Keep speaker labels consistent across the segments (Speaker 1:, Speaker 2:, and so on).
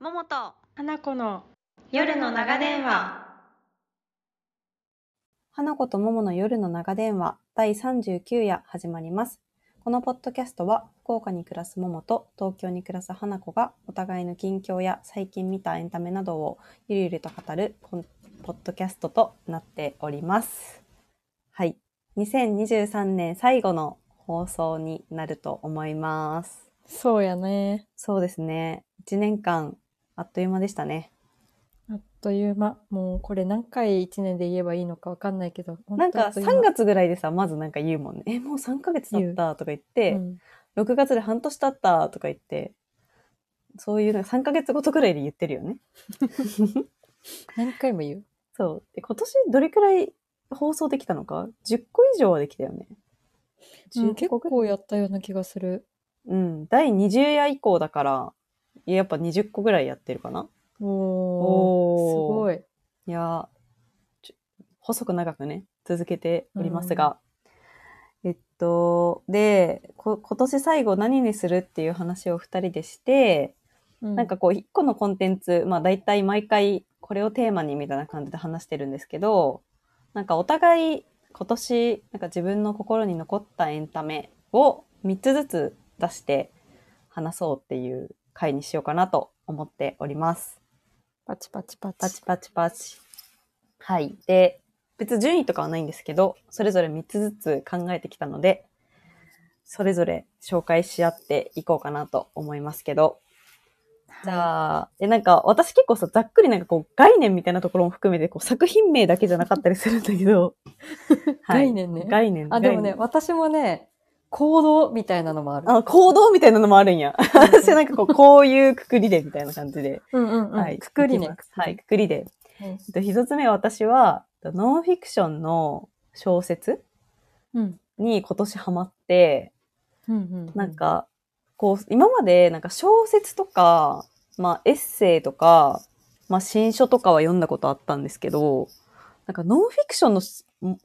Speaker 1: もと
Speaker 2: 花子の
Speaker 1: 夜の長電話
Speaker 3: 花子と桃の夜の長電話第39夜始まります。このポッドキャストは福岡に暮らす桃と東京に暮らす花子がお互いの近況や最近見たエンタメなどをゆるゆると語るコンポッドキャストとなっております。はい。2023年最後の放送になると思います。
Speaker 2: そうやね。
Speaker 3: そうですね。1年間あっという間でしたね。
Speaker 2: あっという間。もうこれ何回1年で言えばいいのかわかんないけど。
Speaker 3: なんか3
Speaker 2: 3
Speaker 3: 月ぐらいでさ、まずなんか言うもんね。え、もう3ヶ月経ったとか言って、
Speaker 2: うん、
Speaker 3: 6月で半年経ったとか言って、そういうの3ヶ月ごとくらいで言ってるよね。
Speaker 2: 何回も言う。
Speaker 3: そう。で、今年どれくらい放送できたのか ?10 個以上はできたよね。
Speaker 2: うん
Speaker 3: 10
Speaker 2: 結
Speaker 3: 個ぐら
Speaker 2: 構
Speaker 3: い
Speaker 2: やったような気がする。
Speaker 3: うん。第20夜以降だから、やっぱ20個ぐらいやってるかな。
Speaker 2: お
Speaker 3: おー
Speaker 2: お。すごい。
Speaker 3: いやーちょ細く長くね、続けておりますが。えっと、で、こ今年最後何にするっていう話を2人でして、なんかこう、一個のコンテンツ、まあ大体毎回これをテーマにみたいな感じで話してるんですけど、なんかお互い今年、なんか自分の心に残ったエンタメを3つずつ出して話そうっていう回にしようかなと思っております。
Speaker 2: パチパチパチ。
Speaker 3: パチパチパチ。はい。で、別に順位とかはないんですけど、それぞれ3つずつ考えてきたので、それぞれ紹介し合っていこうかなと思いますけど、じゃあ、え、なんか、私結構さ、ざっくりなんかこう、概念みたいなところも含めて、こう、作品名だけじゃなかったりするんだけど。
Speaker 2: 概念ね
Speaker 3: 概念。
Speaker 2: あ、でも
Speaker 3: 概
Speaker 2: ね、
Speaker 3: 念
Speaker 2: 私もね、行動みたいなのもある。
Speaker 3: あ、行動みたいなのもあるん や。私なんかこう、こういうくくりで、みたいな感じで。
Speaker 2: うんうんうん。
Speaker 3: はい。
Speaker 2: くくり
Speaker 3: いき
Speaker 2: ね
Speaker 3: ま。すはい、くくりで。
Speaker 2: はい
Speaker 3: えっと一つ目は私は、ノンフィクションの小説
Speaker 2: うん。
Speaker 3: に今年ハマって、
Speaker 2: うんうんうん。
Speaker 3: なんか、こう、今までなんか小説とか、まあエッセイとか、まあ新書とかは読んだことあったんですけど、なんかノンフィクションの、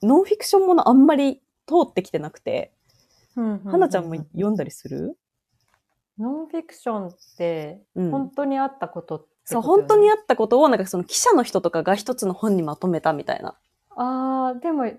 Speaker 3: ノンフィクションものあんまり通ってきてなくて、
Speaker 2: うんうんうん、
Speaker 3: はなちゃんも読んだりする
Speaker 2: ノンフィクションって、
Speaker 3: うん
Speaker 2: 本当にあったことってこと
Speaker 3: そう、本当に
Speaker 2: あ
Speaker 3: あったことをなんかその記者の人とかが一つの本にまとめたみたいな。
Speaker 2: あーでも、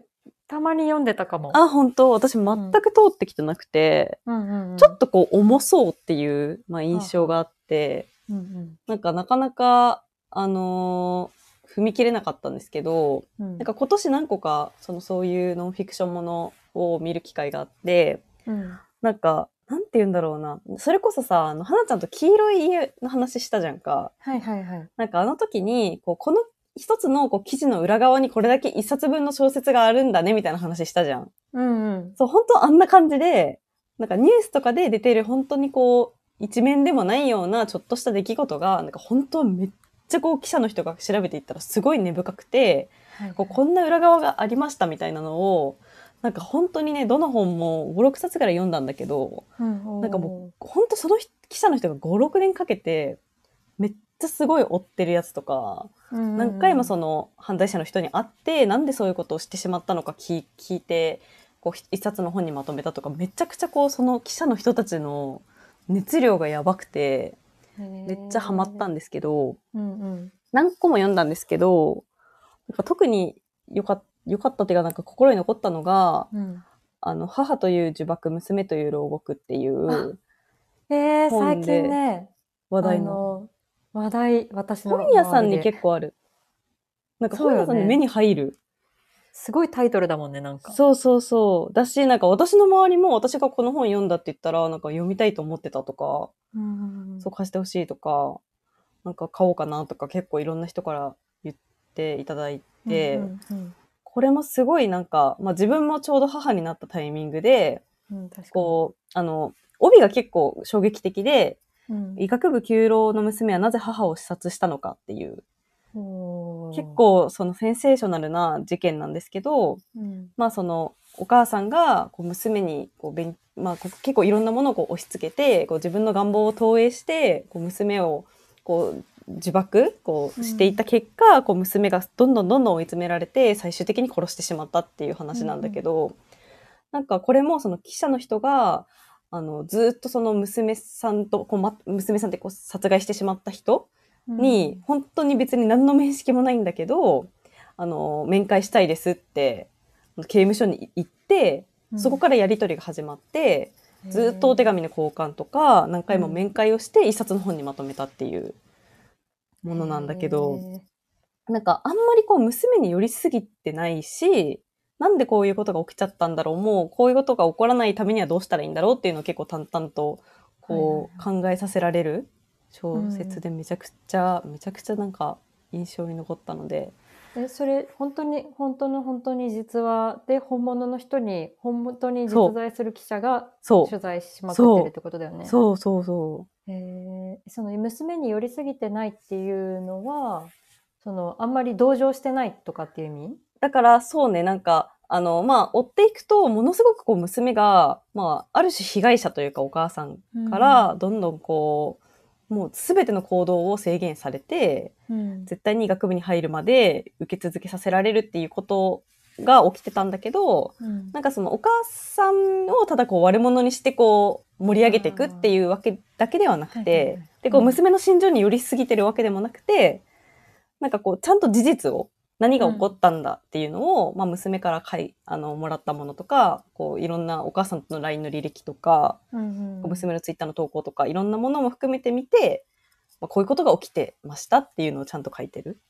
Speaker 2: たまに読んでたかも。
Speaker 3: あ、本当私全く通ってきてなくて、
Speaker 2: うんうんうん、
Speaker 3: ちょっとこう重そうっていう、まあ印象があって、
Speaker 2: うんうん
Speaker 3: なんかなかなか、あのー踏み切れなかったんですけど、
Speaker 2: うん
Speaker 3: なんか今年何個か、そのそういうノンフィクションものを見る機会があって、
Speaker 2: うん
Speaker 3: なんか、なんて言うんだろうな。それこそさ、あの、花ちゃんと黄色い家の話したじゃんか。
Speaker 2: はいはいはい。
Speaker 3: なんかあの時に、こう、この一つのこう記事の裏側にこれだけ一冊分の小説があるんだね、みたいな話したじゃん。
Speaker 2: うんうん。
Speaker 3: そう、本当あんな感じで、なんかニュースとかで出てる本当にこう、一面でもないようなちょっとした出来事が、なんか本当はめっちゃこう記者の人が調べていったらすごい根深くて、
Speaker 2: はい
Speaker 3: こうこんな裏側がありましたみたいなのを、なんか本当にね、どの本も5、6冊ぐらい読んだんだけど、
Speaker 2: うん
Speaker 3: なんかもう本当その人記者の人が5、6年かけて、めっちゃすごい追ってるやつとか、
Speaker 2: う、うんうん
Speaker 3: 何回もそ
Speaker 2: の、
Speaker 3: の犯罪者の人に会ってなんでそういうことをしてしまったのか聞聞いてこうひ一冊の本にまとめたとかめちゃくちゃこうその記者の人たちの熱量がやばくてめ
Speaker 2: め
Speaker 3: っちゃハマったんですけど
Speaker 2: うんうん。
Speaker 3: 何個も読んだんですけどなんか特によかよかったっていうかなんか心に残ったのが
Speaker 2: うん
Speaker 3: 「あの母という呪縛娘という牢獄」っていう
Speaker 2: えー、
Speaker 3: 本
Speaker 2: 最
Speaker 3: で
Speaker 2: 近ね、
Speaker 3: 話題
Speaker 2: あ
Speaker 3: の
Speaker 2: の、話題、私の
Speaker 3: 本屋さんに
Speaker 2: 周りで
Speaker 3: 結構あるなんか
Speaker 2: そう
Speaker 3: 本
Speaker 2: よね
Speaker 3: 屋さんに目に入る。
Speaker 2: すごいタイトルだもんね、なんか。
Speaker 3: そうそうそう。だし、なんか私の周りも私がこの本読んだって言ったら、なんか読みたいと思ってたとか、
Speaker 2: うんうんうん
Speaker 3: そう貸してほしいとか、なんか買おうかなとか結構いろんな人から言っていただいて、
Speaker 2: うんうん
Speaker 3: これもすごいなんか、まあ自分もちょうど母になったタイミングで、
Speaker 2: うんうん確かに
Speaker 3: こう、あの、帯が結構衝撃的で、
Speaker 2: うん
Speaker 3: 医学部九郎の娘はなぜ母を視察したのかっていう、
Speaker 2: おー
Speaker 3: 結構そのセンセーショナルな事件なんですけど、
Speaker 2: うん
Speaker 3: まあそのお母さんがこう娘にこう勉まあ、こう結構いろんなものをこう押し付けてこう自分の願望を投影してこう娘をこう自爆こうしていった結果、こう娘がどんどんどんどん追い詰められて最終的に殺してしまったっていう話なんだけど、なんかこれもその記者の人があのずっとその娘さんとこう、ま、娘さんってこう殺害してしまった人に、本当に別に何の面識もないんだけど、あの、面会したいですって、刑務所に行って、
Speaker 2: うん、
Speaker 3: そこからやり取りが始まって、
Speaker 2: ら
Speaker 3: ずっとお手紙の交換とか、何回も
Speaker 2: うん
Speaker 3: 面会をして、一冊の本にまとめたっていうものなんだけど、、なんかあんまりこう娘に寄りすぎてないし、なんでこういうことが起きちゃったんだろう、もうこういうことが起こらないためにはどうしたらいいんだろうっていうのを結構淡々とこう考えさせられる小説でめちゃくちゃ、めちゃくちゃなんか印象に残ったので、
Speaker 2: えそれ本当に本当の本当に実話で本物の人に本当に実在する記者が
Speaker 3: そ
Speaker 2: 取材しまくってるってことだよ
Speaker 3: う、
Speaker 2: ね。
Speaker 3: そうそうそう。
Speaker 2: えーその娘に寄りすぎてないっていうのはそのあんまり同情してないとかっていう意味
Speaker 3: だから、そうね、なんか、あの、まあ、追っていくと、ものすごくこう、娘が、まあ、ある種被害者というか、お母さんから、どんどんこう、もうすべての行動を制限されて、
Speaker 2: うん
Speaker 3: 絶対に医学部に入るまで受け続けさせられるっていうことが起きてたんだけど、
Speaker 2: うん
Speaker 3: なんかそのお母さんをただこう悪者にしてこう盛り上げていくっていうわけだけではなく
Speaker 2: はいはいは
Speaker 3: て
Speaker 2: い、
Speaker 3: で、こう
Speaker 2: うん
Speaker 3: 娘の心情に寄りすぎてるわけでもなくて、なんかこうちゃんと事実を、何が起こったんだっていうのを、まあ娘からかい、あの、もらったものとか、こういろんなお母さんとの LINE の履歴とか、
Speaker 2: うんうん
Speaker 3: 娘の Twitter の投稿とか、いろんなものも含めて見て、まあ、こういうことが起きてましたっていうのをちゃんと書いてる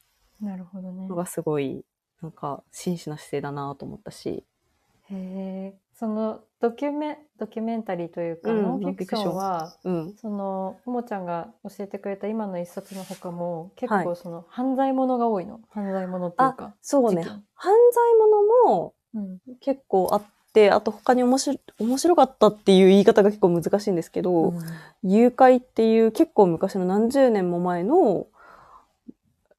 Speaker 2: なるほどね
Speaker 3: の。がすごい、なんか真摯な姿勢だなと思ったし、
Speaker 2: へえそのドキュメドキュメンタリーというか、
Speaker 3: うん
Speaker 2: ノンフィクションは
Speaker 3: うん。
Speaker 2: そのももちゃんが教えてくれた今の一冊の他も結
Speaker 3: は
Speaker 2: 構その、犯罪ものが多いの犯罪ものっていうか
Speaker 3: そうね
Speaker 2: 事。件
Speaker 3: 犯罪ものも
Speaker 2: うん
Speaker 3: 結構あって、あと他に面白面白かったっていう言い方が結構難しいんですけど、誘拐っていう結構昔の何十年も前の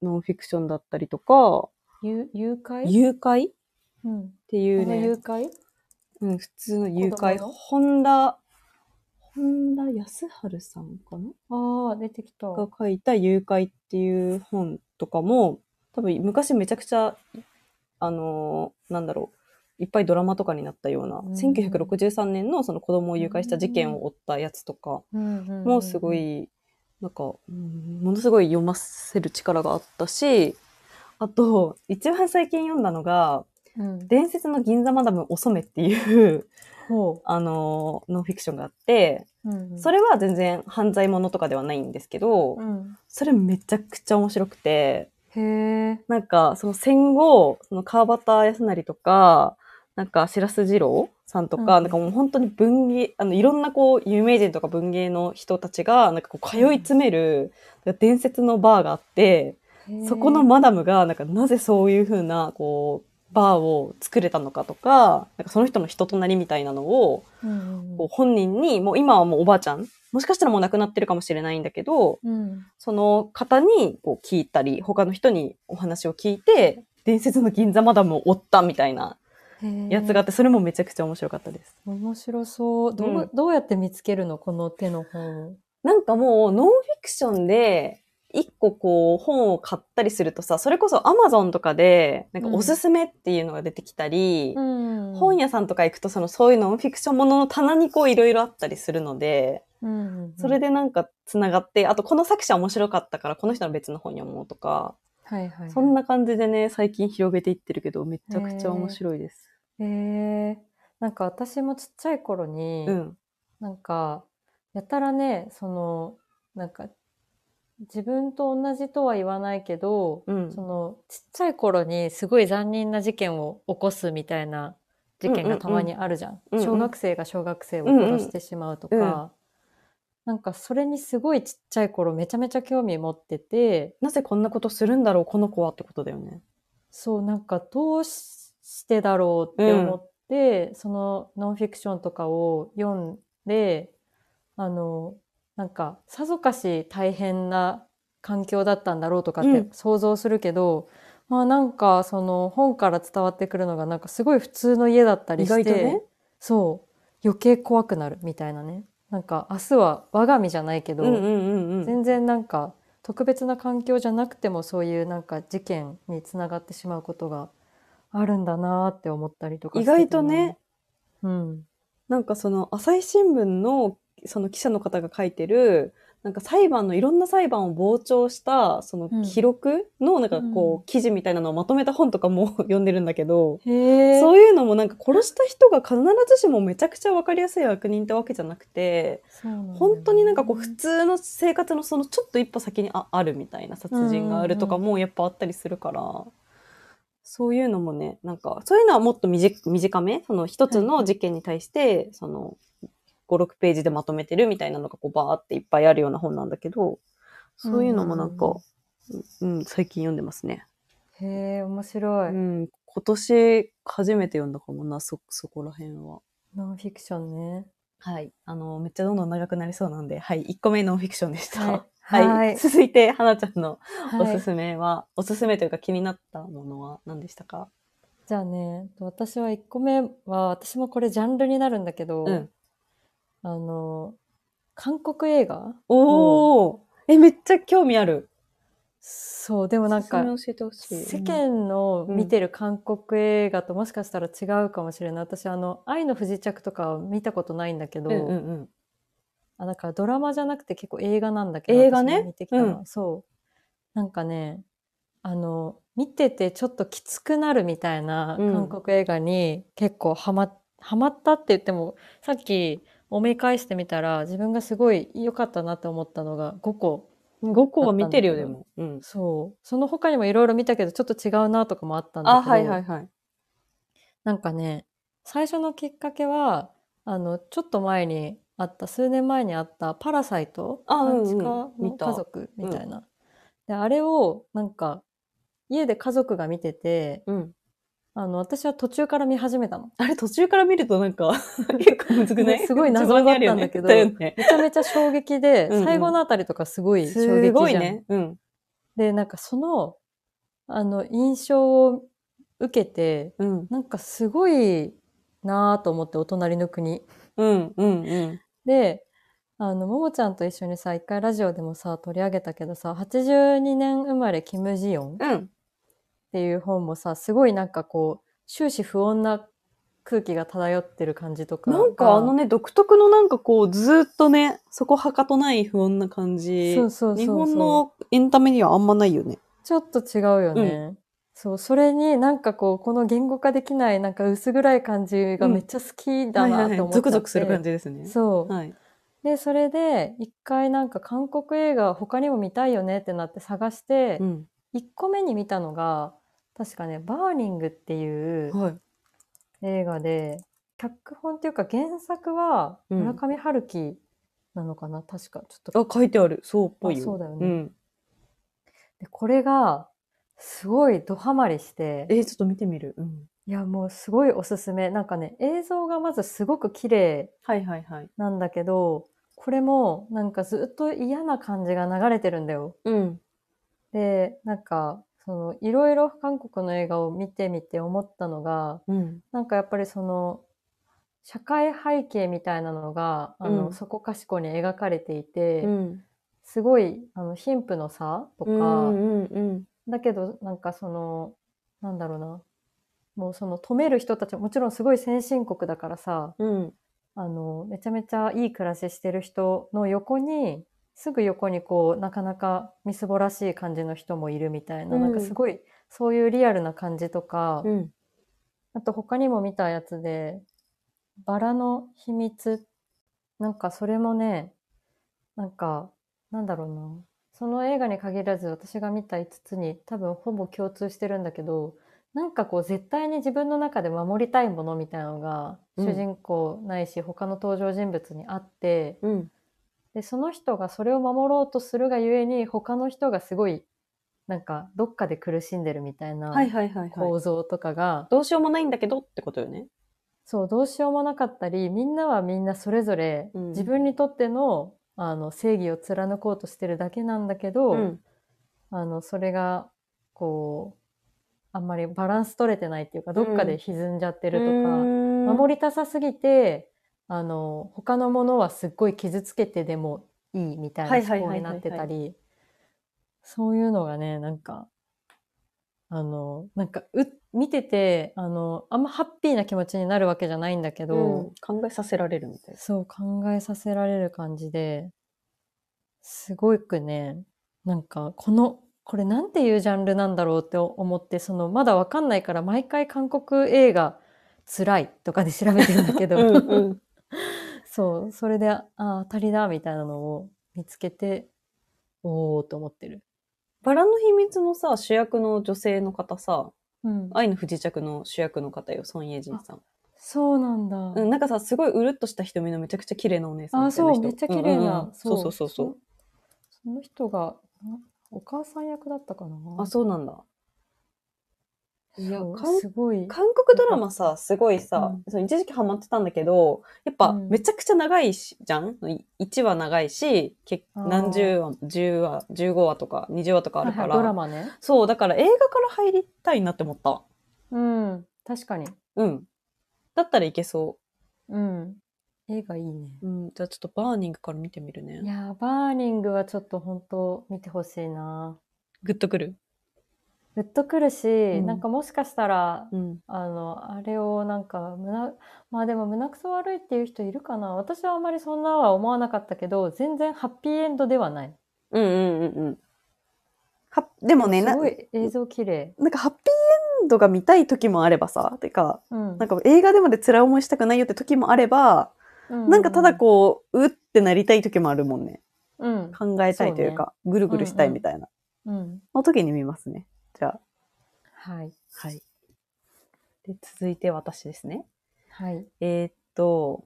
Speaker 3: ノンフィクションだったりとか、
Speaker 2: ゆ誘拐、
Speaker 3: 誘拐っ
Speaker 2: うん、
Speaker 3: ていう
Speaker 2: この誘
Speaker 3: ね、
Speaker 2: 拐
Speaker 3: うん、普通の誘拐、
Speaker 2: 子供の
Speaker 3: 本田、本田康春さんかな
Speaker 2: ああ出てきた
Speaker 3: が書いた誘拐っていう本とかも、多分昔めちゃくちゃ、あのーなんだろう、いっぱいドラマとかになったような、
Speaker 2: うん
Speaker 3: 1963年のその子供を誘拐した事件を追ったやつとかも
Speaker 2: も
Speaker 3: うすごい、なんか、うんものすごい読ませる力があったし、あと、一番最近読んだのが、
Speaker 2: で
Speaker 3: 伝説の銀座マダムお染めっていう、
Speaker 2: ほ
Speaker 3: あのーノンフィクションがあって、
Speaker 2: う、うん
Speaker 3: それは全然犯罪ものとかではないんですけど、
Speaker 2: うん、
Speaker 3: それめちゃくちゃ面白くて、
Speaker 2: へえ
Speaker 3: なんかその戦後、その川端康成とか、なんか白洲二郎さんとか、
Speaker 2: うん
Speaker 3: なんかもう本当に文芸、あのいろんなこう有名人とか文芸の人たちが、なんかこう通い詰める、なんか伝説のバーがあって、そこのマダムが、なんかなぜそういう風な、こう、バーを作れたのかとか、なんかその人の人となりみたいなのを、
Speaker 2: うん
Speaker 3: こう本人に、もう今はもうおばあちゃん、もしかしたらもう亡くなってるかもしれないんだけど、
Speaker 2: うん
Speaker 3: その方にこう聞いたり、他の人にお話を聞いて、伝説の銀座マダムを追ったみたいな
Speaker 2: へえ
Speaker 3: やつがあって、それもめちゃくちゃ面白かったです。
Speaker 2: 面白そうどう,、
Speaker 3: うん
Speaker 2: どうやって見つけるのこの手の本を
Speaker 3: なんかもうノンフィクションで、一個こう本を買ったりするとさ、それこそアマゾンとかで、なんかおすすめっていうのが出てきたり、
Speaker 2: うん
Speaker 3: 本、屋さんとか行くとそのそういうノンフィクションものの棚にこういろいろあったりするので、
Speaker 2: うんうん、
Speaker 3: それ
Speaker 2: で、
Speaker 3: でなんか繋がって、あとこの作者面白かったからこの人の別の本読もうとか、
Speaker 2: はいはいはい、
Speaker 3: そんな感じでね、最近広げていってるけど、めちゃくちゃ面白いです。
Speaker 2: へえなんか私もちっちゃい頃に、
Speaker 3: うん。
Speaker 2: なんかやたらねそのなんか自分と同じとは言わないけど、
Speaker 3: うん
Speaker 2: そ。のちっちゃい頃にすごい残忍な事件を起こすみたいな事件がたまにあるじゃん,、
Speaker 3: うんうんうん
Speaker 2: 小学生が小学生を殺してしまうとか、
Speaker 3: うんうん
Speaker 2: なんかそれにすごいちっちゃい頃めちゃめちゃ興味持ってて
Speaker 3: なぜこんなことするんだろう、この子はってことだよね。
Speaker 2: そうなんかどうししてだろうって思って、そのノンフィクションとかを読んであのなんかさぞかし大変な環境だったんだろうとかっ
Speaker 3: う
Speaker 2: て
Speaker 3: ん
Speaker 2: 想像するけど、まあなんかその本から伝わってくるのがなんかすごい普通の家だったり
Speaker 3: 意
Speaker 2: して
Speaker 3: 外とね。
Speaker 2: そう余計怖くなるみたいなねなんか明日は我が身じゃないけど、
Speaker 3: うんうんうんうん。
Speaker 2: 全然なんか特別な環境じゃなくてもそういうなんか事件につながってしまうことがあるんだなーって思ったりとか
Speaker 3: 意
Speaker 2: してたな
Speaker 3: 外とね、、
Speaker 2: うん、
Speaker 3: なんかその、朝日新聞の、その記者の方が書いてる、なんか裁判のいろんな裁判を傍聴した、その記録の、なんかこう、記事みたいなのをまとめた本とかも 読んでるんだけど、
Speaker 2: へえ。
Speaker 3: そうういうのもなんか殺した人が必ずしもめちゃくちゃわかりやすい悪人ってわけじゃなくて、本当になんかこう普通の生活のそのちょっと一歩先にああるみたいな殺人があるとかもやっぱあったりするから、そういうのもね、なんか、そういうのはもっと短短め、その一つの事件に対して、その5、6ページでまとめてるみたいなのがこうバーっていっぱいあるような本なんだけど、そういうのもなんか、うん、最近読んでますね。
Speaker 2: へえ、面白
Speaker 3: う
Speaker 2: い。
Speaker 3: ん、今年初めて読んだかもな、そ、そこら辺は。
Speaker 2: ノンフィクションね。
Speaker 3: はい。あの、めっちゃどんどん長くなりそうなんで、はい。1個目ノンフィクションでした。
Speaker 2: は
Speaker 3: はいい。
Speaker 2: はい
Speaker 3: 続いて、花ちゃんの お
Speaker 2: は
Speaker 3: す
Speaker 2: い。
Speaker 3: すめは、おすすめというか気になったものは何でしたか
Speaker 2: じゃあね、私は1個目は、私もこれジャンルになるんだけど、
Speaker 3: うん。
Speaker 2: あの、韓国映画
Speaker 3: おお、え、めっちゃ興味ある。
Speaker 2: そう、でもなんか、
Speaker 3: おすすめ教えてほしい。
Speaker 2: 世間の見てる韓国映画ともしかしたら違うかもしれない。私、あの、愛の不時着とかは見たことないんだけど、
Speaker 3: うんうんうん。
Speaker 2: あだからドラマじゃなくて結構映画なんだけど、
Speaker 3: 映画ね
Speaker 2: 私が見てきたのは、
Speaker 3: う
Speaker 2: そう。なんかね、あの、見ててちょっときつくなるみたいな
Speaker 3: うん
Speaker 2: 韓国映画に結構ハマ、ハマったって言っても、さっき思い返してみたら自分がすごい良かったなと思ったのが5個
Speaker 3: 5個は見てるよ、
Speaker 2: だっ
Speaker 3: で
Speaker 2: たんだ
Speaker 3: も。うん。
Speaker 2: そう。その他にもいろいろ見たけど、ちょっと違うなとかもあったんだけど、
Speaker 3: あ、はいはいはい。
Speaker 2: なんかね、最初のきっかけは、あの、ちょっと前にあった、数年前にあった、パラサイト、
Speaker 3: あうんうん
Speaker 2: 半地下の
Speaker 3: 見た
Speaker 2: 家族みたいな。で、あれを、なんか、家で家族が見てて、
Speaker 3: うん。
Speaker 2: あの、私は途中から見始めたの。
Speaker 3: あれ、途中から見るとなん か、結構むずくない
Speaker 2: すごい謎だったん だけ
Speaker 3: 序盤
Speaker 2: ど
Speaker 3: にあるよね
Speaker 2: めちゃめちゃ衝撃で、
Speaker 3: うんうん
Speaker 2: 最後のあたりとかすごい衝撃じゃん。
Speaker 3: すごいね。うん。
Speaker 2: で、なんかその、あの、印象を受けて、
Speaker 3: うん。
Speaker 2: なんかすごいなぁと思って、お隣の国。
Speaker 3: うん。うん。うん。
Speaker 2: で、あの、ももちゃんと一緒にさ、一回ラジオでもさ、取り上げたけどさ、82年生まれキム・ジヨンっ
Speaker 3: うん。
Speaker 2: ていう本もさ、すごいなんかこう、終始不穏な空気が漂ってる感じとかが。
Speaker 3: なんかあのね、独特のなんかこう、ずーっとね、そこはかとない不穏な感じ。
Speaker 2: そうそうそうそう
Speaker 3: 日本のエンタメにはあんまないよね。
Speaker 2: ちょっと違うよね。そう、それになんかこう、この言語化できない、なんか薄暗い感じがめっちゃ好きだなと思っちゃって、
Speaker 3: ゾクゾクする感じですね。
Speaker 2: そう。
Speaker 3: はい。
Speaker 2: で、それで、一回なんか韓国映画他にも見たいよねってなって探して
Speaker 3: う、ん。
Speaker 2: 一、個目に見たのが、確かね、バーニングっていう
Speaker 3: はい。
Speaker 2: 映画で、脚本っていうか原作は
Speaker 3: うん
Speaker 2: 村上春樹なのかな、確か。ちょっと。
Speaker 3: あ、書いてある。そうっぽいよ。
Speaker 2: あそうだよね
Speaker 3: ん。
Speaker 2: でこれが、すごいドハマりして、
Speaker 3: えー、ちょっと見てみる。うん。
Speaker 2: いや、もうすごいおすすめ。なんかね、映像がまずすごく綺麗
Speaker 3: はいはいはい。
Speaker 2: なんだけど、これもなんかずっと嫌な感じが流れてるんだよ。
Speaker 3: うん。
Speaker 2: で、なんか、その、いろいろ韓国の映画を見てみて思ったのが、
Speaker 3: うん。
Speaker 2: なんかやっぱりその、社会背景みたいなのが、あの、
Speaker 3: うん
Speaker 2: そこかしこに描かれていて、
Speaker 3: うん。
Speaker 2: すごい、あの、貧富の差とか、
Speaker 3: うんうん
Speaker 2: だけど、なんかその、なんだろうな、もうその、止める人たちも、もちろんすごい先進国だからさ、
Speaker 3: うん。うん。
Speaker 2: あの、めちゃめちゃいい暮らししてる人の横に、すぐ横にこう、なかなかみすぼらしい感じの人もいるみたいな、
Speaker 3: うん
Speaker 2: なんかすごい、そういうリアルな感じとか、
Speaker 3: うん。
Speaker 2: あと他にも見たやつで、バラの秘密、なんかそれもね、なんか、なんだろうな、その映画に限らず私が見た5つに多分ほぼ共通してるんだけど、なんかこう絶対に自分の中で守りたいものみたいなのが、
Speaker 3: うん
Speaker 2: 主人公ないし他の登場人物にあって、
Speaker 3: うん。
Speaker 2: で、その人がそれを守ろうとするがゆえに他の人がすごい、なんかどっかで苦しんでるみたいな
Speaker 3: はいはいはいは
Speaker 2: 構
Speaker 3: い。
Speaker 2: 造とかが、
Speaker 3: どうしようもないんだけどってことよね。
Speaker 2: そう、どうしようもなかったり、みんなはみんなそれぞれ
Speaker 3: うん
Speaker 2: 自分にとっての,、あの正義を貫こうとしてるだけなんだけど、
Speaker 3: うん。
Speaker 2: あのそれがこう、あんまりバランス取れてないっていうか、どっかで歪んじゃってるとか、
Speaker 3: 守
Speaker 2: 守りたさすぎて、あの、他のものはすっごい傷つけてでもいいみたいな
Speaker 3: はい
Speaker 2: 思
Speaker 3: はい
Speaker 2: 考
Speaker 3: は
Speaker 2: に
Speaker 3: いはい
Speaker 2: な
Speaker 3: はい
Speaker 2: ってたり、そういうのがね、なんか、あの、なんか、う、見てて、あの、あんまハッピーな気持ちになるわけじゃないんだけど、
Speaker 3: 考えさせられるみたいな。
Speaker 2: そう考えさせられる感じですごくね、なんか、この、これなんていうジャンルなんだろうって思って、その、まだわかんないから、毎回韓国映画、辛いとかで調べてるんだけど、
Speaker 3: うんうん。
Speaker 2: そう、それで、ああ、当たりだ、みたいなのを見つけて、おーと思ってる。
Speaker 3: バラの秘密のさ、主役の女性の方さ、
Speaker 2: うん。
Speaker 3: 愛の不時着の主役の方よ、ソン・イェジンさん。
Speaker 2: そうなんだ。
Speaker 3: うん、なんかさ、すごいうるっとした瞳のめちゃくちゃ綺麗なお姉さん
Speaker 2: あ、
Speaker 3: みたいな
Speaker 2: そ
Speaker 3: 人。
Speaker 2: う、めっちゃ綺麗
Speaker 3: うん
Speaker 2: な。
Speaker 3: うんうんそうそうそうそう。
Speaker 2: そ。その人が、んお母さん役だったかな
Speaker 3: あ、そうなんだ。いや、
Speaker 2: そう
Speaker 3: 韓
Speaker 2: すごい。
Speaker 3: 韓国ドラマさ、すごいさ、
Speaker 2: う
Speaker 3: その一時期ハマってたんだけど、やっぱ
Speaker 2: うん
Speaker 3: めちゃくちゃ長いし、じゃん ?1 話長いし、結
Speaker 2: あー
Speaker 3: 何十話、10話、15話とか20話とかあるから、
Speaker 2: はいはいドラマね。
Speaker 3: そう、だから映画から入りたいなって思った。
Speaker 2: うん、確かに。
Speaker 3: うん。だったらいけそ
Speaker 2: うん。映画いいね。
Speaker 3: う。うん、じゃあちょっとバーニングから見てみるね
Speaker 2: い。やー、バーニングはちょっと本当見てほしいな。
Speaker 3: グッとくる。
Speaker 2: グッとくるし、
Speaker 3: ん
Speaker 2: なんかもしかしたら、
Speaker 3: うん。
Speaker 2: あの、あれをなんか胸、まあでも胸くそ悪いっていう人いるかな。私はあまりそんなは思わなかったけど、全然ハッピーエンドではない。
Speaker 3: うんうんうんうん。は、でもね、
Speaker 2: す
Speaker 3: な
Speaker 2: ごい映像綺麗。
Speaker 3: なんかハッピーエンドが見たい時もあればさ、てか、
Speaker 2: うん
Speaker 3: なんか映画でまで辛い思いしたくないよって時もあれば、
Speaker 2: うん
Speaker 3: なんかただこう、うってなりたい時もあるもんね。
Speaker 2: うん。
Speaker 3: 考えたいというか、ぐるぐるしたいみたいな。
Speaker 2: うん。
Speaker 3: の時に見ますね。じゃあ。
Speaker 2: はい。
Speaker 3: はい。で、続いて私ですね。
Speaker 2: はい。
Speaker 3: えーっと、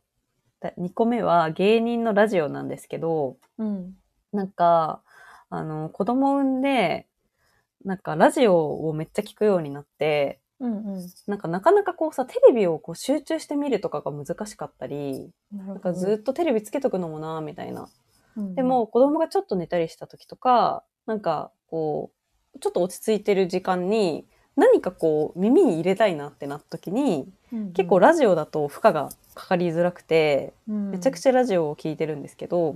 Speaker 3: 2個目は芸人のラジオなんですけど、
Speaker 2: うん。
Speaker 3: なんか、あの、子供産んで、なんかラジオをめっちゃ聞くようになって、
Speaker 2: うんう
Speaker 3: なんかなかなかこうさ、テレビをこう集中して見るとかが難しかったり、
Speaker 2: ん。なる
Speaker 3: なん
Speaker 2: ほ
Speaker 3: か
Speaker 2: ど。
Speaker 3: ずっとテレビつけとくのもな、みたいな
Speaker 2: うん
Speaker 3: で、も子供がちょっと寝たりした時とか、なんかこう、ちょっと落ち着いてる時間に、何かこう耳に入れたいなってなった時に、結構
Speaker 2: ラ、
Speaker 3: ラジオだと負荷がかかりづらくて、め
Speaker 2: め
Speaker 3: ちゃくちゃラジオを聞いてるんですけど、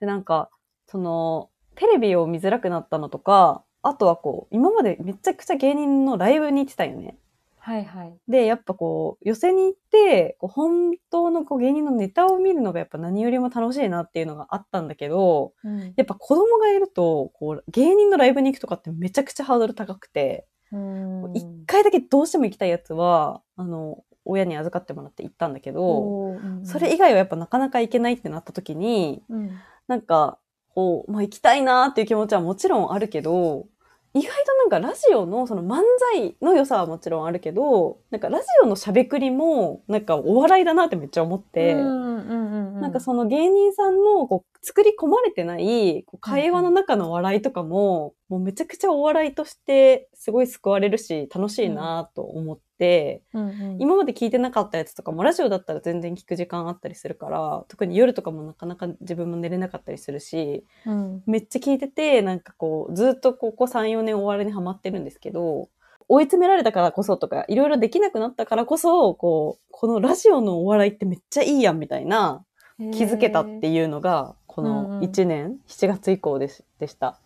Speaker 3: で、なんか、その、テレビを見づらくなったのとか、あとはこう、今までめちゃくちゃ芸人のライブに行ってたよね。
Speaker 2: はいはい。
Speaker 3: で、やっぱこう、寄せに行って、こう本当のこう芸人のネタを見るのがやっぱ何よりも楽しいなっていうのがあったんだけど、
Speaker 2: うん
Speaker 3: やっぱ子供がいると、こう、芸人のライブに行くとかってめちゃくちゃハードル高くて、
Speaker 2: うん
Speaker 3: 一、回だけどうしても行きたいやつは、あの、親に預かってもらって行ったんだけど、
Speaker 2: おーうん
Speaker 3: それ以外はやっぱなかなか行けないってなった時に、
Speaker 2: うん
Speaker 3: なんか、こう、まあ行きたいなーっていう気持ちはもちろんあるけど、意外となんかラジオのその漫才の良さはもちろんあるけど、なんかラジオのしゃべくりも、なんかお笑いだなってめっちゃ思って、
Speaker 2: うんうんうんうん、
Speaker 3: なんかその芸人さんのこう作り込まれてないこう会話の中の笑いとかも、もうめちゃくちゃお笑いとしてすごい救われるし楽しいなと思って、
Speaker 2: うんうん、
Speaker 3: 今まで聞いてなかったやつとかもラジオだったら全然聞く時間あったりするから特に夜とかもなかなか自分も寝れなかったりするし
Speaker 2: うん
Speaker 3: めっちゃ聞いててなんかこうずっとここ34年お笑いにハマってるんですけど追い詰められたからこそとかいろいろできなくなったからこそこうこのラジオのお笑いってめっちゃいいやんみたいな気づけたっ
Speaker 2: へー
Speaker 3: ていうのが、こ
Speaker 2: うんう
Speaker 3: の
Speaker 2: ん
Speaker 3: 1年、7月以降ですでした。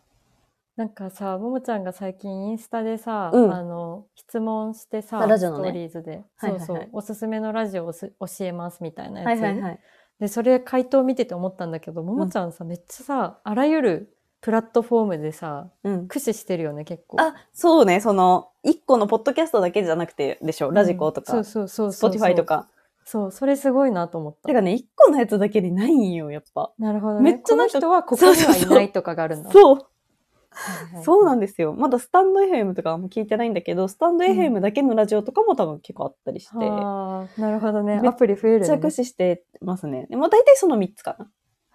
Speaker 2: なんかさももちゃんが最近インスタでさ、
Speaker 3: うん
Speaker 2: あの質問してさ
Speaker 3: あラジオの
Speaker 2: ス
Speaker 3: ね
Speaker 2: トーリーズで、
Speaker 3: はいはいはい
Speaker 2: そうそうおすすめのラジオをす教えますみたいなやつ、
Speaker 3: い。
Speaker 2: でそれ回答見てて思ったんだけどももちゃんさ、めっちゃさあらゆるプラットフォームでさ
Speaker 3: うん。
Speaker 2: 駆使してるよね結構
Speaker 3: あ、そうね、その、1個のポッドキャストだけじゃなくてでしょ、ラジコと
Speaker 2: う
Speaker 3: か
Speaker 2: ん、そうそう
Speaker 3: スポ
Speaker 2: そう
Speaker 3: テ
Speaker 2: そ
Speaker 3: ィファ
Speaker 2: う
Speaker 3: イとか。
Speaker 2: そうそれすごいなと思った
Speaker 3: てかね、1個のやつだけでないんよ、やっぱ。
Speaker 2: なるほどね
Speaker 3: めっちゃな
Speaker 2: この
Speaker 3: んか
Speaker 2: 人はここにはいないとかがあるんだ
Speaker 3: そう、
Speaker 2: はいはい
Speaker 3: そうなんですよ。まだスタンド FM とかあんま聞いてないんだけど、スタンド FM だけのラジオとかも多分結構あったりして、
Speaker 2: はあなるほどね
Speaker 3: めっ
Speaker 2: アプリ増え
Speaker 3: め
Speaker 2: る
Speaker 3: っちゃ
Speaker 2: よね
Speaker 3: 駆使してますね。でも大体その3つかな。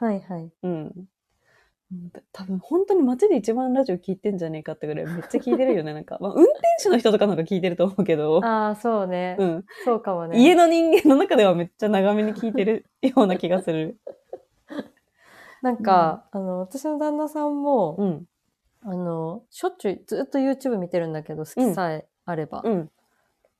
Speaker 2: はいはい
Speaker 3: うん。多分本当に街で一番ラジオ聞いてんじゃねえかってぐらいめっちゃ聞いてるよ ね。なんか、まあ、運転手の人とかなんか聞いてると思うけど、
Speaker 2: ああそうね、
Speaker 3: うん。
Speaker 2: そうかもね
Speaker 3: 家の人間の中ではめっちゃ長めに聞いて るような気がする。
Speaker 2: なんか、あの私の旦那さんも、
Speaker 3: ん。
Speaker 2: あのしょっちゅうずっと YouTube 見てるんだけど好きさえあれば、
Speaker 3: うん。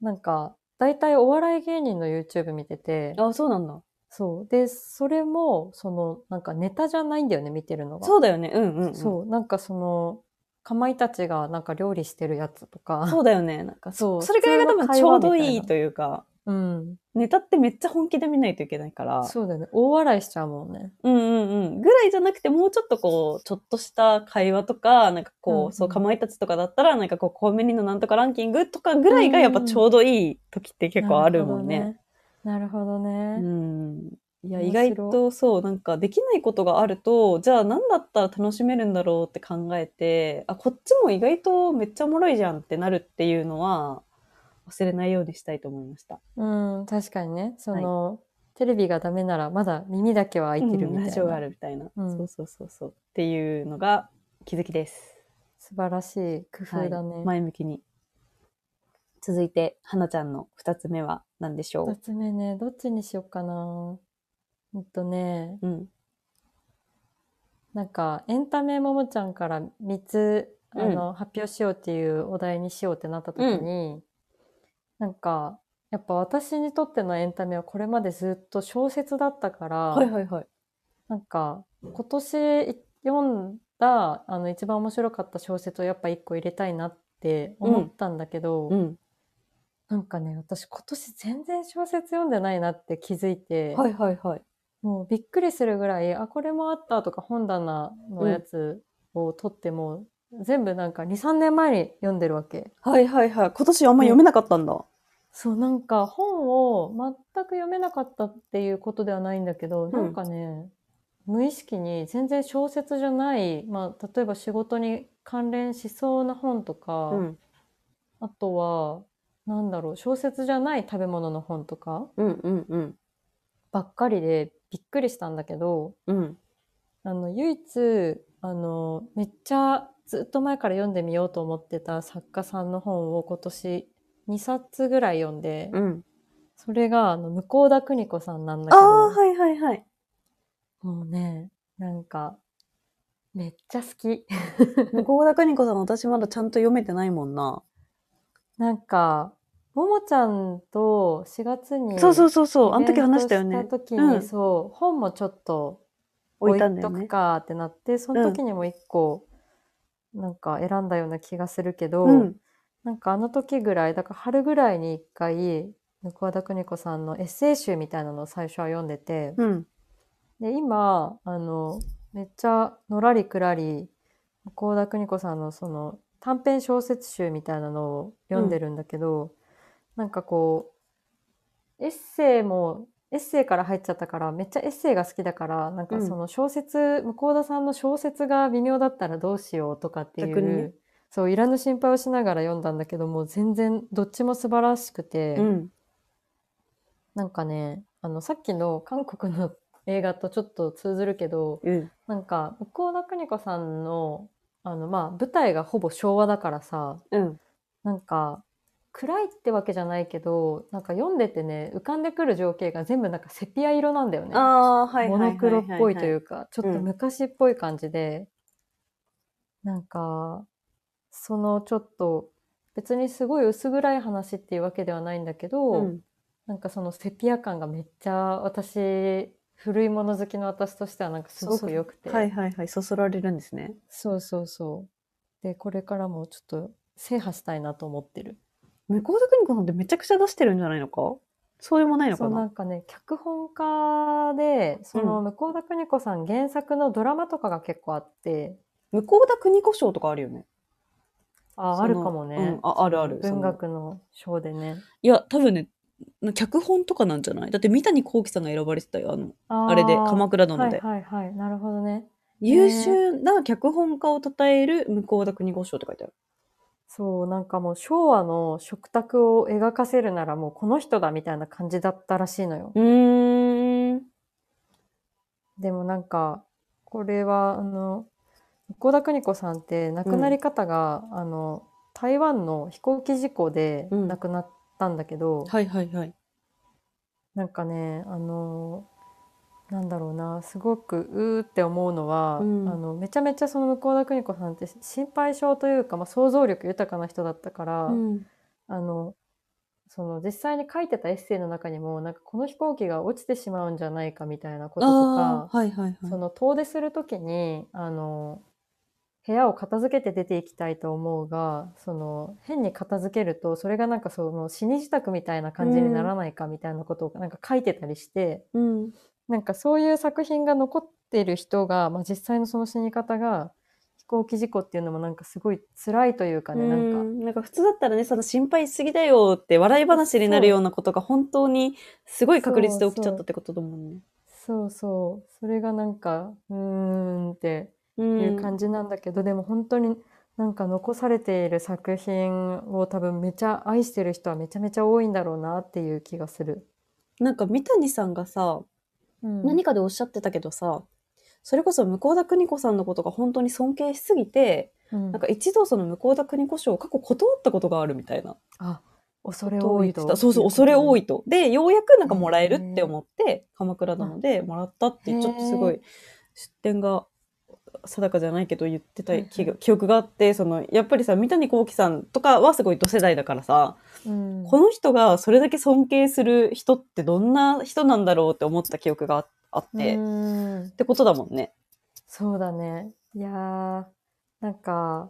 Speaker 2: なんか大体お笑い芸人の YouTube 見てて
Speaker 3: あ、そうなんだ。
Speaker 2: そうでそれもそのなんかネタじゃないんだよね見てるのが
Speaker 3: そうだよね。うんうん、うん。そう。
Speaker 2: そうなんかそのかまいたちがなんか料理してるやつとか
Speaker 3: だよね。なんか、
Speaker 2: そう
Speaker 3: それぐらいが多分ちょうどいい
Speaker 2: 普通の会話みたいな
Speaker 3: というか、
Speaker 2: うん
Speaker 3: ネタってめっちゃ本気で見ないといけないから、
Speaker 2: そうだよね。大笑いしちゃうもんね。
Speaker 3: うんうんうん。ぐらいじゃなくて、もうちょっとこう、ちょっとした会話とか、なんかこう、
Speaker 2: うんうん
Speaker 3: そう、かまいたちとかだったら、なんかこう、コンビニのなんとかランキングとかぐらいがやっぱちょうどいい時って結構あるもんね。
Speaker 2: なるほどね。なるほどね。
Speaker 3: うん。いや、意
Speaker 2: 面白い
Speaker 3: 外とそう、なんかできないことがあると、じゃあ何だったら楽しめるんだろうって考えて、あ、こっちも意外とめっちゃおもろいじゃんってなるっていうのは、忘れないようにしたいと思いました。
Speaker 2: うん、確かにね。その、テレビがダメなら、まだ耳だけは開いてるみたいな。
Speaker 3: うんラジオがあるみたいな、
Speaker 2: うん
Speaker 3: そうそうそうそう。っていうのが気づきです。
Speaker 2: 素晴らしい工夫だね。
Speaker 3: はい前向きに。続いて、はなちゃんの二つ目は何でしょ
Speaker 2: 二つ目ね、どっちにしようかな。えっとね、
Speaker 3: ううん。
Speaker 2: なんか、エンタメももちゃんから3つ、
Speaker 3: うん
Speaker 2: あの、発表しようっていうお題にしようってなった時に、なんか、やっぱ私にとってのエンタメはこれまでずっと小説だったから、
Speaker 3: はいはいはい。
Speaker 2: なんか、今年い読んだ、あの、一番面白かった小説をやっぱ1個入れたいなって思ったんだけど、
Speaker 3: うん。
Speaker 2: なんかね、私今年全然小説読んでないなって気づいて、
Speaker 3: はいはいはい。
Speaker 2: もうびっくりするぐらい、あ、これもあったとか本棚のやつを取っても、全部なんか2、3年前に読んでるわけ。
Speaker 3: はいはいはい。今年あんま読めなかったんだ。
Speaker 2: そう、なんか本を全く読めなかったっていうことではないんだけど、なんかね、無意識に全然小説じゃない、まあ、例えば仕事に関連しそうな本とか、
Speaker 3: うん。
Speaker 2: あとは、なんだろう、小説じゃない食べ物の本とか
Speaker 3: うんうんうん。
Speaker 2: ばっかりでびっくりしたんだけど、
Speaker 3: うん。
Speaker 2: あの、唯一、あの、めっちゃずっと前から読んでみようと思ってた作家さんの本を今年2冊ぐらい読んで、
Speaker 3: うん。
Speaker 2: それが、あの、向田邦子さんなんだ
Speaker 3: あ
Speaker 2: けど、
Speaker 3: あ、はいはいはい。
Speaker 2: もうね、なんか、めっちゃ好き。
Speaker 3: 向田邦子さん私まだちゃんと読めてないもんな。
Speaker 2: なんか、ももちゃんと4月に、
Speaker 3: そうそうそうそう。あの時話したよ
Speaker 2: イベ
Speaker 3: ね
Speaker 2: ン。トした時
Speaker 3: う
Speaker 2: に、
Speaker 3: ん
Speaker 2: そう、本もちょっと
Speaker 3: 置
Speaker 2: 置
Speaker 3: い
Speaker 2: い
Speaker 3: たんだよ
Speaker 2: とく
Speaker 3: ね。
Speaker 2: かってなって、その時にも一個、なんか選んだような気がするけど、
Speaker 3: うん。
Speaker 2: なんかあの時ぐらい、だから春ぐらいに一回、向田邦子さんのエッセイ集みたいなのを最初は読んでて、
Speaker 3: うん。
Speaker 2: で、今、あの、めっちゃのらりくらり、向田邦子さんのその短編小説集みたいなのを読んでるんだけど、なんかこう、エッセイも、エッセイから入っちゃったから、めっちゃエッセイが好きだから、なんかその小説、向田さんの小説が微妙だったらどうしようとかってい
Speaker 3: 逆にね
Speaker 2: う、そう、いらぬ心配をしながら読んだんだけども、全然どっちも素晴らしくて、
Speaker 3: うん。
Speaker 2: なんかね、あの、さっきの韓国の映画とちょっと通ずるけど、
Speaker 3: うん。
Speaker 2: なんか、向田邦子さんの、あの、まあ、舞台がほぼ昭和だからさ、
Speaker 3: うん。
Speaker 2: なんか、暗いってわけじゃないけど、なんか読んでてね、浮かんでくる情景が全部なんかセピア色なんだよね。
Speaker 3: ああー、はいはい
Speaker 2: モ
Speaker 3: はいはい、はい。。
Speaker 2: ノクロっぽいといううか、ちょっと昔っぽい感じで、なんか、そのちょっと、別にすごい薄暗い話っていうわけではないんだけど、
Speaker 3: うん。
Speaker 2: なんかそのセピア感がめっちゃ私、古いもの好きの私としてはなんかすごく良くて。
Speaker 3: はいはいはい。そそられるんですね。
Speaker 2: そうそうそう。で、これからもちょっと制覇したいなと思ってる。
Speaker 3: 向田邦子さんってめちゃくちゃ出してるんじゃないのかそうでもないの
Speaker 2: そ
Speaker 3: か
Speaker 2: うな
Speaker 3: なん
Speaker 2: かね、脚本家で、その向田邦子さん原作のドラマとかが結構あって、
Speaker 3: 向田邦子賞とかあるよね。そ
Speaker 2: あ、
Speaker 3: の
Speaker 2: あるかもね。
Speaker 3: うんああるある
Speaker 2: その文学の章でね。
Speaker 3: いや、多分ね、脚本とかなんじゃないだって三谷幸喜さんが選ばれてたよ、あの、
Speaker 2: あ
Speaker 3: あれで、
Speaker 2: ー
Speaker 3: 鎌倉殿で。
Speaker 2: はいはいはい。なるほどね。
Speaker 3: 優秀な脚本家を称える向田邦子賞って書いてある。
Speaker 2: そう、なんかもう昭和の食卓を描かせるならもうこの人だみたいな感じだったらしいのよ。
Speaker 3: うん。
Speaker 2: でもなんか、これは、あの、向田邦子さんって亡くなり方が、あの、台湾の飛行機事故で
Speaker 3: うん
Speaker 2: 亡くなったんだけど、
Speaker 3: はいはいはい。
Speaker 2: なんかね、あの、なんだろうな、すごくうーって思うのは、
Speaker 3: うん
Speaker 2: あの、めちゃめちゃその向田邦子さんって心配性というか、まあ、想像力豊かな人だったから、
Speaker 3: うん。
Speaker 2: あの、その実際に書いてたエッセイの中にも、なんかこの飛行機が落ちてしまうんじゃないかみたいなこととか
Speaker 3: ああ、、はいはいはい。
Speaker 2: その遠出するときに、あの、部屋を片付けて出ていきたいと思うが、その、変に片付けると、それがなんかその、死に自宅みたいな感じにならないかみたいなことをなんか書いてたりして、
Speaker 3: うん。
Speaker 2: なんかそういう作品が残ってる人が、まあ、実際のその死に方が、飛行機事故っていうのもなんかすごい辛いというかね、なんか、
Speaker 3: うんなんか普通だったらね、その心配しすぎだよって笑い話になるようなことが本当にすごい確率で起きちゃったってことだもんね。
Speaker 2: そうそう。それがなんか、うーんって
Speaker 3: う
Speaker 2: いう感じなんだけど、でも本当になんか残されている作品を多分めちゃ愛してる人はめちゃめちゃ多いんだろうなっていう気がする。
Speaker 3: なんか三谷さんがさ、何
Speaker 2: か
Speaker 3: かでおっしゃってたけどさ、それこそ向田邦子さんのことが本当に尊敬しすぎて、
Speaker 2: な
Speaker 3: なんか一度その向田邦子賞を過去断ったことがあるみたいな。
Speaker 2: あ、恐れ多い
Speaker 3: と
Speaker 2: と。
Speaker 3: そうそう、恐れ多いと。で、ようやくなんかもらえるって思って、鎌倉なのでもらったって、ちょっとすご
Speaker 2: へ
Speaker 3: い出典が定かじゃないけど言ってた
Speaker 2: はいはい
Speaker 3: 記憶記憶があって、その、やっぱりさ、三谷幸喜さんとかはすごい同世代だからさ、
Speaker 2: うん。
Speaker 3: この人がそれだけ尊敬する人ってどんな人なんだろうって思った記憶がああって、っ
Speaker 2: うん
Speaker 3: てことだもんね。
Speaker 2: そうだね。いやー、なんか、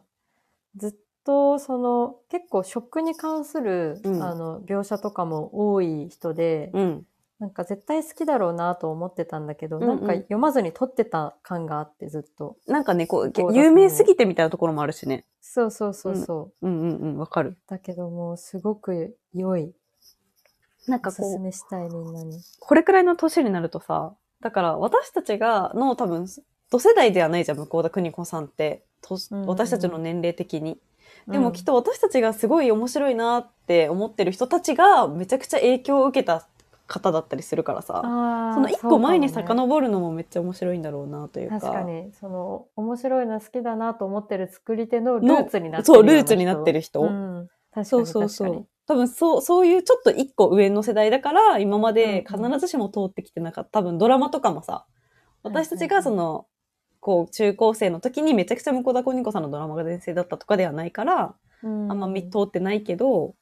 Speaker 2: ずっとその、結構食に関する、
Speaker 3: うん
Speaker 2: あの、描写とかも多い人で、
Speaker 3: うん。
Speaker 2: なんか絶対好きだろうなと思ってたんだけど、
Speaker 3: うんうん
Speaker 2: なんか読まずに撮ってた感があってずっと。
Speaker 3: なんかね、こう、
Speaker 2: そうだね
Speaker 3: 有名すぎてみたいなところもあるしね。
Speaker 2: そうそうそうそう。
Speaker 3: うんうんうん、わかる。
Speaker 2: だけどもうすごく良い。
Speaker 3: なん
Speaker 2: おすすめしたいみんなに。
Speaker 3: これくらいの年になるとさ、だから私たちがの多分、同世代ではないじゃん、向田邦子さんって。と
Speaker 2: うんうん
Speaker 3: 私たちの年齢的に。で
Speaker 2: う
Speaker 3: も
Speaker 2: ん
Speaker 3: きっと私たちがすごい面白いなって思ってる人たちがめちゃくちゃ影響を受けた方だったりするからさ。
Speaker 2: あー
Speaker 3: その一個前に
Speaker 2: そうかもね
Speaker 3: 遡るのもめっちゃ面白いんだろうなというか。
Speaker 2: 確かに、その、面白いな、好きだなと思ってる作り手のル
Speaker 3: の
Speaker 2: ーツになってる
Speaker 3: そう、ルーツになって
Speaker 2: る
Speaker 3: る人。
Speaker 2: ような人。うん。確かに。
Speaker 3: そうそう
Speaker 2: 確か
Speaker 3: そう
Speaker 2: に。。
Speaker 3: 多分そう、そういうちょっと一個上の世代だから、今まで必
Speaker 2: うんうん
Speaker 3: ずしも通ってきてなかった。多分ドラマとかもさ、
Speaker 2: はいはい
Speaker 3: 私たちがその、こう、中高生の時にめちゃくちゃ向田邦子さんのドラマが全盛だったとかではないから、あんま見通ってないけど、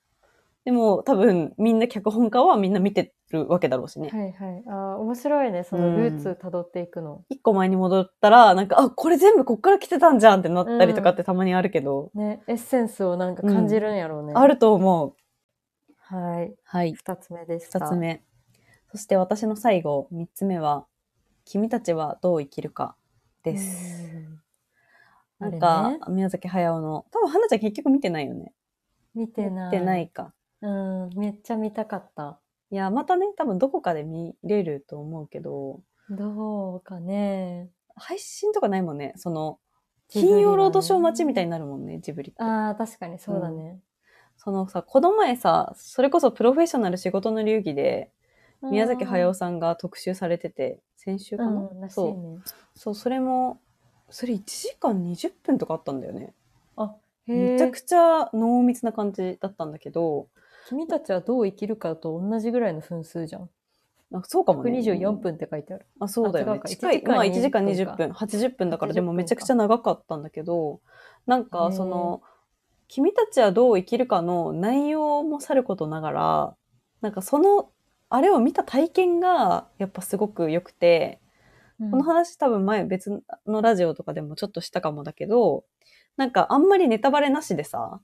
Speaker 3: でも多分みんな脚本家はみんな見てるわけだろうしね。
Speaker 2: はいはい。ああ、面白いね、そのルーツ辿っていくの。
Speaker 3: 一個前に戻ったら、なんか、あ、これ全部こっから来てたんじゃんってなったりとかってたまにあるけど、
Speaker 2: ね、エッセンスをなんか感じるんやろうね。
Speaker 3: あ。ると思う。
Speaker 2: はい。
Speaker 3: はい。
Speaker 2: 二つ目でした。
Speaker 3: 二つ。目。そして私の最後、三つ目は、君たちはどう生きるかです。。なん
Speaker 2: あ
Speaker 3: か、
Speaker 2: れね
Speaker 3: 宮崎駿の、多分花ちゃん結局見てないよね。
Speaker 2: 見てない。
Speaker 3: 見てないか。
Speaker 2: うん、めっちゃ見たかった。
Speaker 3: いや、またね、多分どこかで見れると思うけど、
Speaker 2: どうかね。
Speaker 3: 配信とかないもんね。その、
Speaker 2: ジブリは
Speaker 3: 金
Speaker 2: ね
Speaker 3: 曜ロードショー待ちみたいになるもんね、ジブリって。
Speaker 2: ああ、確かにそうだね。
Speaker 3: そのさ、この前さ、それこそプロフェッショナル仕事の流儀で、宮崎駿
Speaker 2: さ
Speaker 3: さんが特集されてて、先週かな、
Speaker 2: うん、らしい
Speaker 3: そう。
Speaker 2: ね。
Speaker 3: そう、それも、それ1時間20分とかあったんだよね。
Speaker 2: へ
Speaker 3: め
Speaker 2: え
Speaker 3: ちゃくちゃ濃密な感じだったんだけど、
Speaker 2: 君たちはどう生きるかと同じぐらいの分数じゃん。
Speaker 3: あそうかもね。
Speaker 2: 124分って書いてある。
Speaker 3: あ、そうだよ
Speaker 2: あ違
Speaker 3: ね
Speaker 2: う。か
Speaker 3: 近い。
Speaker 2: 1時間
Speaker 3: まあ1時間
Speaker 2: 20
Speaker 3: 20分。80分だから、
Speaker 2: 80
Speaker 3: でもめちゃくちゃ長かったんだけど、なんか
Speaker 2: ね
Speaker 3: その、君たちはどう生きるかの内容もさることながら、なんかその、あれを見た体験がやっぱすごく良くて、この話多分前別のラジオとかでもちょっとしたかもだけど、なんかあんまりネタバレなしでさ、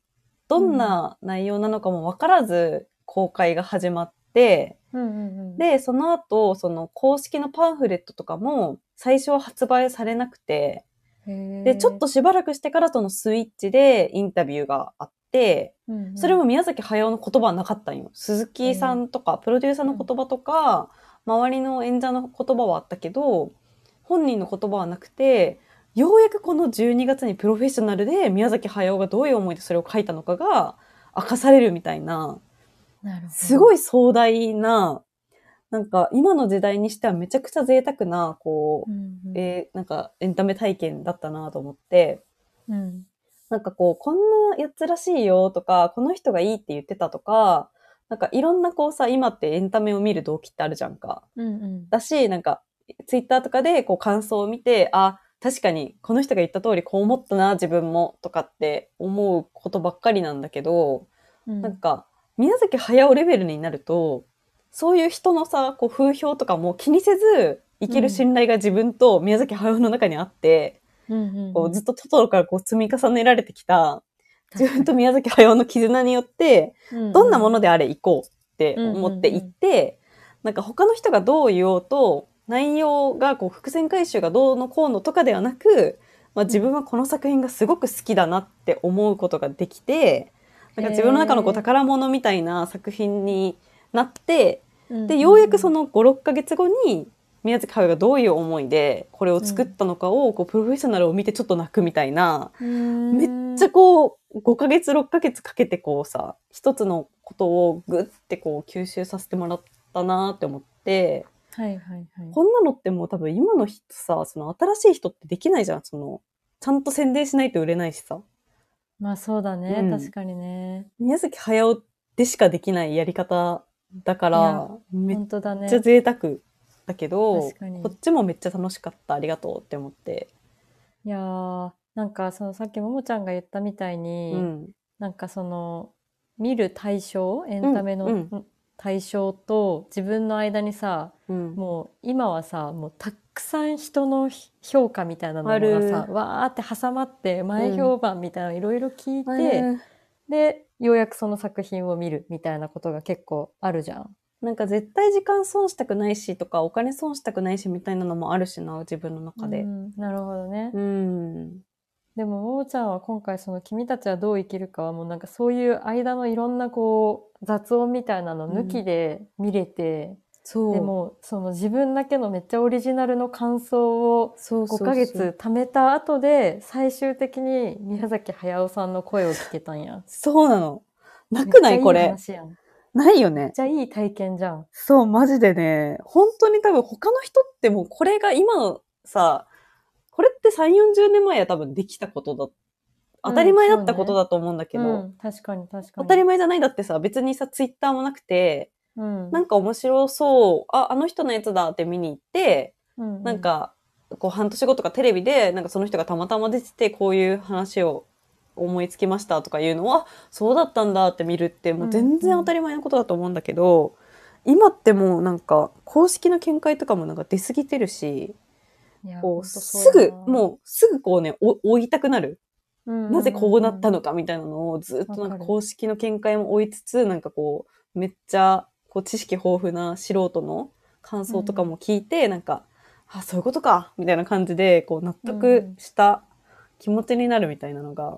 Speaker 3: どんな内容なのかもわからず公開が始まって、
Speaker 2: うんうんうん、
Speaker 3: で、その後、その公式のパンフレットとかも最初は発売されなくて、で、
Speaker 2: で
Speaker 3: ちょっ、としばらくしてからそのスイッチでインタビューがあって、
Speaker 2: うんうん
Speaker 3: それも、宮崎駿の言葉はなかったんよ。鈴木さんとか、プロデューサーの言葉とか、周りの演者の言葉はあったけど、本人の言葉はなくて、ようやくこの12月にプロフェッショナルで宮崎駿がどういう思いでそれを書いたのかが明かされるみたいな、
Speaker 2: なるほど
Speaker 3: すごい壮大な、なんか今の時代にしてはめちゃくちゃ贅沢な、こ
Speaker 2: う
Speaker 3: う、
Speaker 2: んうん
Speaker 3: えーなんかエンタメ体験だったなと思って、
Speaker 2: うん
Speaker 3: なんかこう、こんなやつらしいよとか、この人がいいって言ってたとか、なんかいろんなこうさ、今ってエンタメを見る動機ってあるじゃんか。
Speaker 2: うんうん
Speaker 3: だし、なんか、ツイッターとかでこう感想を見て、あ、確かにこの人が言った通りこう思ったな、自分も、とかって思うことばっかりなんだけど、
Speaker 2: うん
Speaker 3: なんか、宮崎駿レベルになると、そういう人のさ、こう風評とかも気にせず、いける信頼が自分と宮崎駿の中にあって、こうずっとトトロからこう積み重ねられてきた、自分と宮崎駿の絆によって、どんなものであれ行こうって思って行って、なんか他の人がどう言おうと、内容がこう伏線回収がどうのこうのとかではなく、まあ、自分はこの作品がすごく好きだなって思うことができて、なんか自分の中のこう
Speaker 2: へー
Speaker 3: 宝物みたいな作品になって、
Speaker 2: の
Speaker 3: で、ようやくそ
Speaker 2: の、
Speaker 3: の5、6ヶ月後に、宮崎駿がどういう思いでこれを作ったのかを、こう、プロフェッショナルを見てちょっと泣くみたいな、めっちゃこう、5ヶ月、6ヶ月かけてこうさ、一つのことをグッてこう吸収させてもらったなって思って、
Speaker 2: はいはいはい。
Speaker 3: こんなのってもう多分今の人さ、その新しい人ってできないじゃん、その、ちゃんと宣伝しないと売れないしさ。
Speaker 2: まあそうだね、
Speaker 3: うん
Speaker 2: 確かにね。
Speaker 3: 宮崎駿でしかできないやり方だか
Speaker 2: い
Speaker 3: ら
Speaker 2: や、
Speaker 3: めっ
Speaker 2: 本当だ
Speaker 3: め
Speaker 2: ね
Speaker 3: っち。ゃ贅沢だけど、
Speaker 2: 確かに
Speaker 3: こっちもめっちゃ楽しかったありがとうって思って、
Speaker 2: いやーなんかそのさっきももちゃんが言ったみたいに、
Speaker 3: うん
Speaker 2: なんかその見る対象エンタメの、
Speaker 3: うん
Speaker 2: 対象と自分の間にさ
Speaker 3: うん
Speaker 2: もう今はさもうたくさん人のひ評価みたいなの
Speaker 3: あ
Speaker 2: が
Speaker 3: る
Speaker 2: さわーって挟まって前評判みたいなのいろいろ聞いて、
Speaker 3: うん
Speaker 2: でようやくその作品を見るみたいなことが結構あるじゃん。
Speaker 3: なんか絶対時間損したくないしとかお金損したくないしみたいなのもあるしな自分の中
Speaker 2: う
Speaker 3: で。
Speaker 2: んなるほどね。
Speaker 3: うん、
Speaker 2: でも、ももちゃんは今回その君たちはどう生きるかはもうなんかそういう間のいろんなこう雑音みたいなの抜きで見れて、
Speaker 3: そう
Speaker 2: でもその自分だけのめっちゃオリジナルの感想を
Speaker 3: そうそう
Speaker 2: 5
Speaker 3: そう
Speaker 2: ヶ月貯めた後で最終的に宮崎駿さんの声を聞けたんや。
Speaker 3: そうなの。なくないこ
Speaker 2: めっ
Speaker 3: れ。
Speaker 2: ちゃいい話やん。めっ
Speaker 3: ないよね。
Speaker 2: ちゃいい体験じゃん。
Speaker 3: そう、マジでね。本当に多分他の人ってもうこれが今のさ、これって3、40年前は多分できたことだ。当たり前だったことだと思うんだけど、
Speaker 2: うん、確かに確か
Speaker 3: 当
Speaker 2: に。
Speaker 3: たり前じゃないだってさ、別にさ、ツイッターもなくて、
Speaker 2: うん、
Speaker 3: なんか面白そう、あ、あの人のやつだって見に行って、
Speaker 2: うん、
Speaker 3: なんか、こう半年後とかテレビで、なんかその人がたまたま出てて、こういう話を思いつきましたとかいうのは、そうだったんだって見るって、もう全然当たり前のことだと思うんだけど、今ってもうなんか、公式の見解とかもなんか出過ぎてるし、
Speaker 2: いや、
Speaker 3: こう、
Speaker 2: ほんと
Speaker 3: す
Speaker 2: そうや
Speaker 3: ぐ、
Speaker 2: な
Speaker 3: もうすぐこうね、お追いたくなる。
Speaker 2: うん
Speaker 3: なぜこうなった
Speaker 2: の
Speaker 3: のかみたいなのをずっとなんか
Speaker 2: わかる
Speaker 3: 公式の見解も追いつつ、なんかこう、めっちゃこう知識豊富な素人の感想とかも聞いて、なんか、あ、そういうことかみたいな感じで、こう納得した気持ちになるみたいなのが、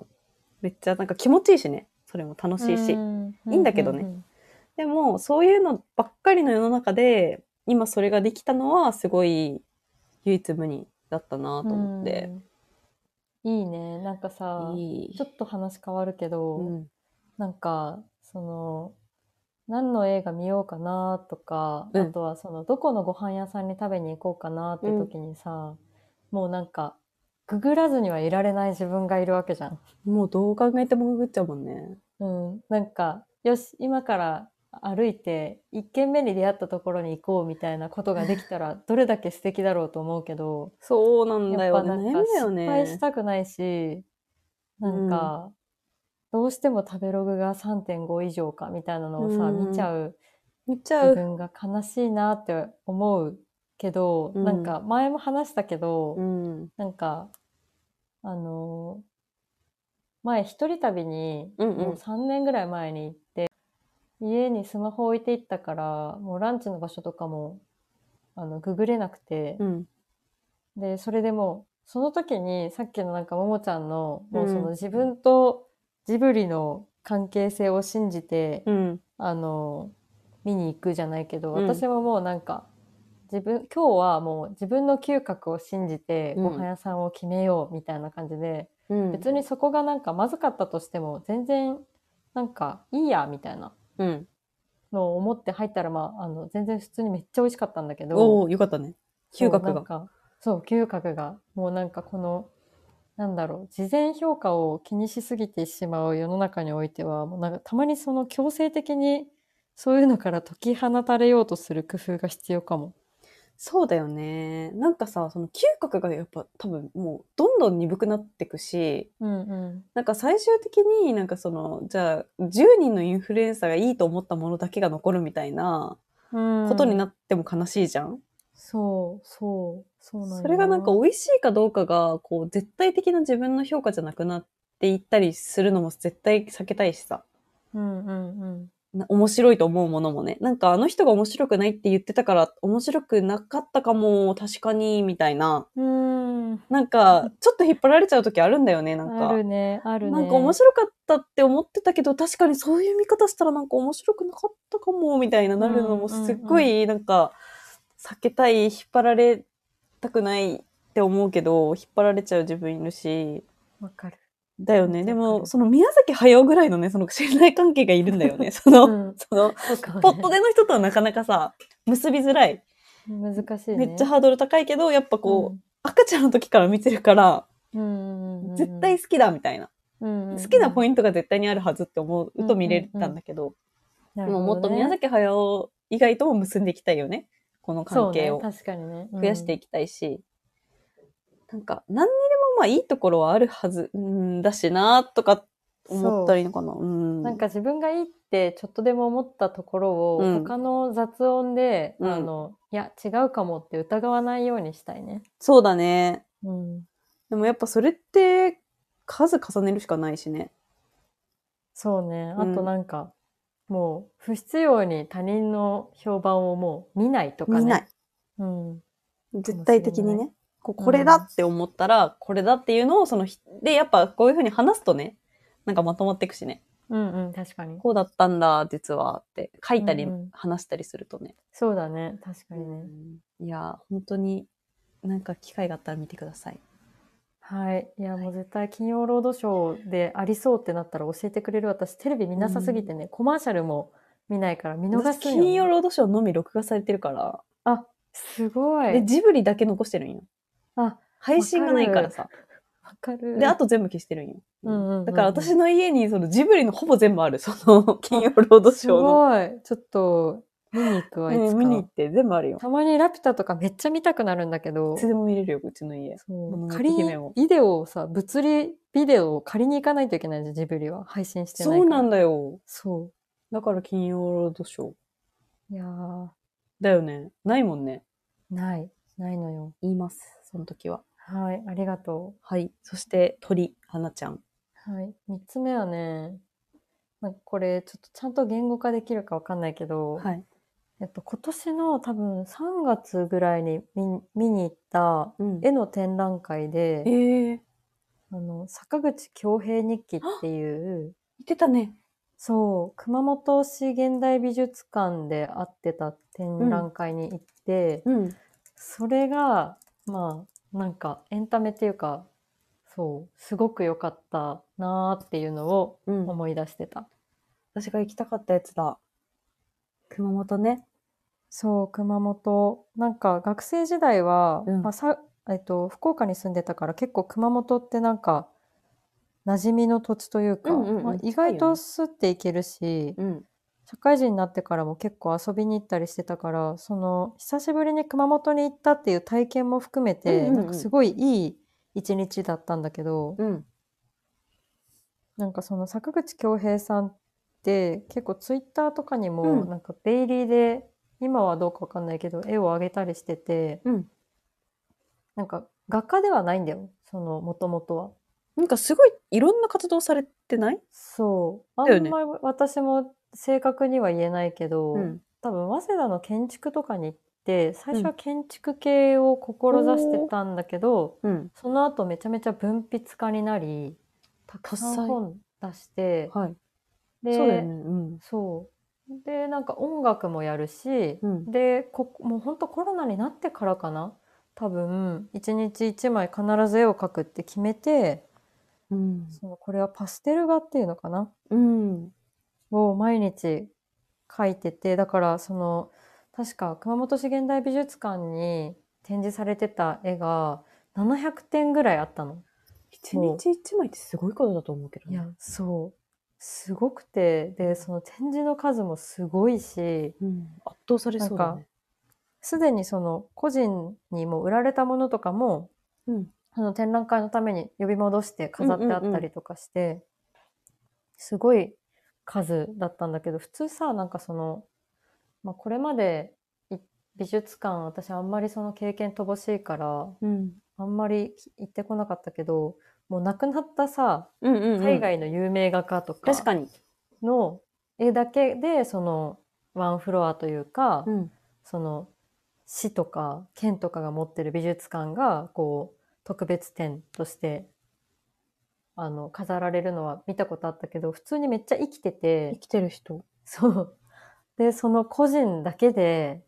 Speaker 3: めっちゃなんか気持ちいいしね。それも楽しいし。いいんだけどねでも、そういうのばっかりの世の中で、今それができたのはすごい唯一無二だったなと思って。
Speaker 2: うんいいねなんかさ
Speaker 3: いい
Speaker 2: ちょっと話変わるけど、
Speaker 3: うん
Speaker 2: なんかその何の映画見ようかなとか、
Speaker 3: うん
Speaker 2: あとはそのどこのご飯屋さんに食べに行こうかなって時にさ、もうなんかググらずにはいられない自分がいるわけじゃん。
Speaker 3: もうどう考えてもググっちゃうもんね。
Speaker 2: うん、なんかよし今から歩いて1軒目に出会ったところに行こうみたいなことができたらどれだけ素敵だろうと思うけど
Speaker 3: そうなんだ
Speaker 2: やっ
Speaker 3: よ
Speaker 2: ぱ
Speaker 3: ね。
Speaker 2: な
Speaker 3: 悩
Speaker 2: ん
Speaker 3: み
Speaker 2: か
Speaker 3: だよ
Speaker 2: 失敗し
Speaker 3: ね。
Speaker 2: たくないし、なんか、どうしても食べログが3.5以上かみたいなのをさ、
Speaker 3: うん
Speaker 2: 見ちゃう
Speaker 3: 見ちゃ
Speaker 2: 自
Speaker 3: う。
Speaker 2: 分が悲しいなって思うけど、
Speaker 3: うん
Speaker 2: なんか前も話したけど、
Speaker 3: うん。
Speaker 2: なんか、あのー前一人旅に、
Speaker 3: うんうん
Speaker 2: もう3年ぐらい前に行って、家にスマホ置いて行ったから、もうランチの場所とかも、あの、ググれなくて、
Speaker 3: うん。
Speaker 2: で、それでもう、その時に、さっきのなんか、ももちゃんの、もうそ
Speaker 3: うん
Speaker 2: の自分とジブリの関係性を信じて、
Speaker 3: うん。
Speaker 2: あの、見に行くじゃないけど、
Speaker 3: うん
Speaker 2: 私ももうなんか、自分、今日はもう自分の嗅覚を信じて、
Speaker 3: うん
Speaker 2: ご飯屋さんを決めようみたいな感じで、
Speaker 3: うん。
Speaker 2: 別にそこがなんかまずかったとしても、全然、なんか、いいや、みたいな
Speaker 3: うん。
Speaker 2: のを思って入ったら、まあ、あの、全然普通にめっちゃ美味しかったんだけど、
Speaker 3: おおよかったね。嗅
Speaker 2: そ
Speaker 3: 覚
Speaker 2: うな
Speaker 3: が。
Speaker 2: んかそう嗅覚がもうなんかこのなんだろう事前評価を気にしすぎてしまう世の中においてはもうなんかたまにその強制的にそういうのから解き放たれようとする工夫が必要かも。
Speaker 3: そうだよね。なんかさ、その嗅覚がやっぱ多分もうどんどん鈍くなってくし、
Speaker 2: うんうん、
Speaker 3: なんか最終的になんかその、じゃあ10人のインフルエンサーがいいと思ったものだけが残るみたいな
Speaker 2: うん
Speaker 3: ことになっても悲しいじゃん。
Speaker 2: そう、そう、そうなんよ
Speaker 3: それがなんか美味しいかどうかが、こう、絶対的な自分の評価じゃなくなっていったりするのも絶対避けたいしさ。
Speaker 2: うんうんうん。
Speaker 3: な面白いと思うものもね。なんかあの人が面白くないって言ってたから、面白くなかったかも、確かに、みたいな。
Speaker 2: うーん。
Speaker 3: なんか、ちょっと引っ張られちゃう時あるんだよね、なんか。
Speaker 2: あるね、あるね。
Speaker 3: なんか面白かったって思ってたけど、確かにそういう見方したらなんか面白くなかったかも、みたいななるのも
Speaker 2: うんうんうん
Speaker 3: すっごいなんか、避けたい、引っ張られたくないって思うけど、引っ張られちゃう自分いるし、
Speaker 2: わかる。
Speaker 3: だよ
Speaker 2: う
Speaker 3: ね。
Speaker 2: ん
Speaker 3: で
Speaker 2: わか
Speaker 3: も、
Speaker 2: る
Speaker 3: その宮崎駿ぐらいのね、その信頼関係がいるんだよね。 その、
Speaker 2: うん
Speaker 3: その、
Speaker 2: そうかも ね
Speaker 3: ポットでの人とはなかなかさ、結びづらい。
Speaker 2: 難しいね。
Speaker 3: めっちゃハードル高いけど、やっぱこう、
Speaker 2: う
Speaker 3: 赤ちゃんの時から見てるから、
Speaker 2: ん、うんうんうんうん、
Speaker 3: 絶対好きだみたいな。好
Speaker 2: 好
Speaker 3: きなポイ
Speaker 2: ン
Speaker 3: ントが絶対にあるはずって思うと見れたんだけど、
Speaker 2: ト
Speaker 3: でももっと宮崎駿以外とも結んでいきたいよね。この関係を
Speaker 2: そうね、確かにね。
Speaker 3: 増やしてい
Speaker 2: き
Speaker 3: きたいし。なんか、何にでもまあいいところはあるはず、うん、だしなとか思ったりのかな。うん。
Speaker 2: なんか自分がいいってちょっとでも思ったところを、
Speaker 3: うん
Speaker 2: 他の雑音で、
Speaker 3: うん
Speaker 2: あの、いや、違うかもって疑わないようにしたいね。
Speaker 3: そうだね。
Speaker 2: うん。
Speaker 3: でもやっぱそれって数重ねるしかないしね。
Speaker 2: そうね。
Speaker 3: う
Speaker 2: あ
Speaker 3: ん
Speaker 2: となんか、もう、不必要に他人の評判をもう見ないとかね。
Speaker 3: 見ない。。
Speaker 2: うん。
Speaker 3: 絶対的に
Speaker 2: かもしれ
Speaker 3: ね。こうこれだって思ったら、これだっていうのをそのひ、で、やっぱこういうふうに話すとね、なんかまとまっていくしね。
Speaker 2: うんうん、確かに。
Speaker 3: こうだったんだ、実はって書いたり
Speaker 2: うんうん
Speaker 3: 話したりするとね。
Speaker 2: そうだね。確かにね。
Speaker 3: いや、本当になんか機会があったら見てください。
Speaker 2: はい。いや、もう絶対金曜ロードショーでありそうってなったら教えてくれる。私、テレビ見なさすぎてね、コマーシャルも見ないから見逃すんよ
Speaker 3: 私
Speaker 2: ね、
Speaker 3: 金曜ロードショーのみ録画されてるから、
Speaker 2: すご
Speaker 3: で、
Speaker 2: い。
Speaker 3: ジブリだけ残してるんよ。
Speaker 2: あ、
Speaker 3: 配信がないからさ。
Speaker 2: わかる。
Speaker 3: で、あと全部消してるんよ。
Speaker 2: うんうんうんうん
Speaker 3: だから私の家にそのジブリのほぼ全部ある、その金曜ロードシ
Speaker 2: す
Speaker 3: ョーの。
Speaker 2: ごい。ちょっと、見に行くわ、い
Speaker 3: ね
Speaker 2: つか。
Speaker 3: 見に行って全部あるよ。
Speaker 2: たまにラピュタとかめっちゃ見たくなるんだけど
Speaker 3: い、つでも見れるよ、うちの家。
Speaker 2: そう
Speaker 3: 物語
Speaker 2: 仮に
Speaker 3: 姫を
Speaker 2: ビデオをさ、物理ビデオを借りに行かないといけないじゃん、ジブリは。配信してないか
Speaker 3: そ
Speaker 2: ら。
Speaker 3: うなんだよ。
Speaker 2: そ
Speaker 3: だから金曜ロードショー。
Speaker 2: う。いやー、
Speaker 3: だよね。ないもんね。
Speaker 2: ない。ないのよ。
Speaker 3: 言います、その時は。
Speaker 2: はい、ありがと
Speaker 3: はい。そして、鳥、花ちゃん。
Speaker 2: う。はい。三つ目はね、なんかこれ、ちょっとちゃんと言語化できるかわかんないけど、
Speaker 3: はい。
Speaker 2: えっと、今年の多分3月ぐらいに見見に行った
Speaker 3: うん
Speaker 2: 絵の展覧会で、
Speaker 3: ええ
Speaker 2: あの、坂口京平日記っていう、
Speaker 3: 見てたね。
Speaker 2: そう、熊本市現代美術館で会ってた展覧会に行って、
Speaker 3: うん。
Speaker 2: それが、まあ、なんかエンタメっていうか、そう、すごく良かったなーっていうのを
Speaker 3: うん。
Speaker 2: 思い出してた。
Speaker 3: 私が行きたかったやつだ。熊本ね。
Speaker 2: そう、熊本。なんか学生時代は、
Speaker 3: うん
Speaker 2: まあさえっと、福岡に住んでたから結構熊本ってなんか馴染みの土地というか、
Speaker 3: うんうんうん
Speaker 2: まあ、意
Speaker 3: 近い
Speaker 2: 外
Speaker 3: よね
Speaker 2: とすっていけるし、
Speaker 3: うん。
Speaker 2: 社会人になってからも結構遊びに行ったりしてたから、その久しぶりに熊本に行ったっていう体験も含めて、
Speaker 3: うんうんうん
Speaker 2: なんかすごいいい一日だったんだけど、
Speaker 3: うん。
Speaker 2: なんかその坂口恭平さんって結構ツイッターとかに
Speaker 3: う
Speaker 2: も
Speaker 3: ん
Speaker 2: なんかデイリーで、今はどうかわかんないけど絵を上げたりしてて、
Speaker 3: うん
Speaker 2: なんか画家ではないんだよそのもともとは。
Speaker 3: なんかすごいいろんな活動されてない
Speaker 2: そうあ
Speaker 3: だよ
Speaker 2: ん
Speaker 3: ね
Speaker 2: まり私も正確には言えないけど、。多分早稲田の建築とかに行って最初は建築系を志してたんだけど、
Speaker 3: うん。
Speaker 2: その後めちゃめちゃ文筆家になりたくさ
Speaker 3: 多才
Speaker 2: ん本出して
Speaker 3: はい。
Speaker 2: で
Speaker 3: そうだよね。うん。
Speaker 2: そう。で、なんか音楽もやるし、
Speaker 3: うん。
Speaker 2: で、こもうほんとコロナになってからかな。多分、一日一枚必ず絵を描くって決めて、
Speaker 3: うん。
Speaker 2: そのこれはパステル画っていうのかな
Speaker 3: うん。
Speaker 2: を毎日描いてて、だからその、確か熊本市現代美術館に展示されてた絵が700点ぐらいあったの。
Speaker 3: 一日一枚ってすごいことだと思うけど
Speaker 2: い
Speaker 3: ね。
Speaker 2: や、そう。すごくて、で、その展示の数もすごいし、
Speaker 3: うん。圧倒されそうだね。
Speaker 2: すでにその個人にも売られたものとかも、
Speaker 3: うん
Speaker 2: あの展覧会のために呼び戻して飾ってあ
Speaker 3: うん
Speaker 2: っ
Speaker 3: うん
Speaker 2: た
Speaker 3: う
Speaker 2: りとかして、すごい数だったんだけど、普通さ、なんかその、まあ、これまでい美術館、私あんまりその経験乏しいから、
Speaker 3: うん。
Speaker 2: あんまり行ってこなかったけど、もう亡くなったさ、
Speaker 3: うんうん、うん。
Speaker 2: 海外の有名画家とか
Speaker 3: 確かに。
Speaker 2: の絵だけで、そのワンフロアというか、
Speaker 3: ん。
Speaker 2: その市とか県とかが持ってる美術館がこう特別展としてあの飾られるのは見たことあったけど普通にめっちゃ生きて
Speaker 3: 生
Speaker 2: て
Speaker 3: きてる人。
Speaker 2: そうでその個人だけで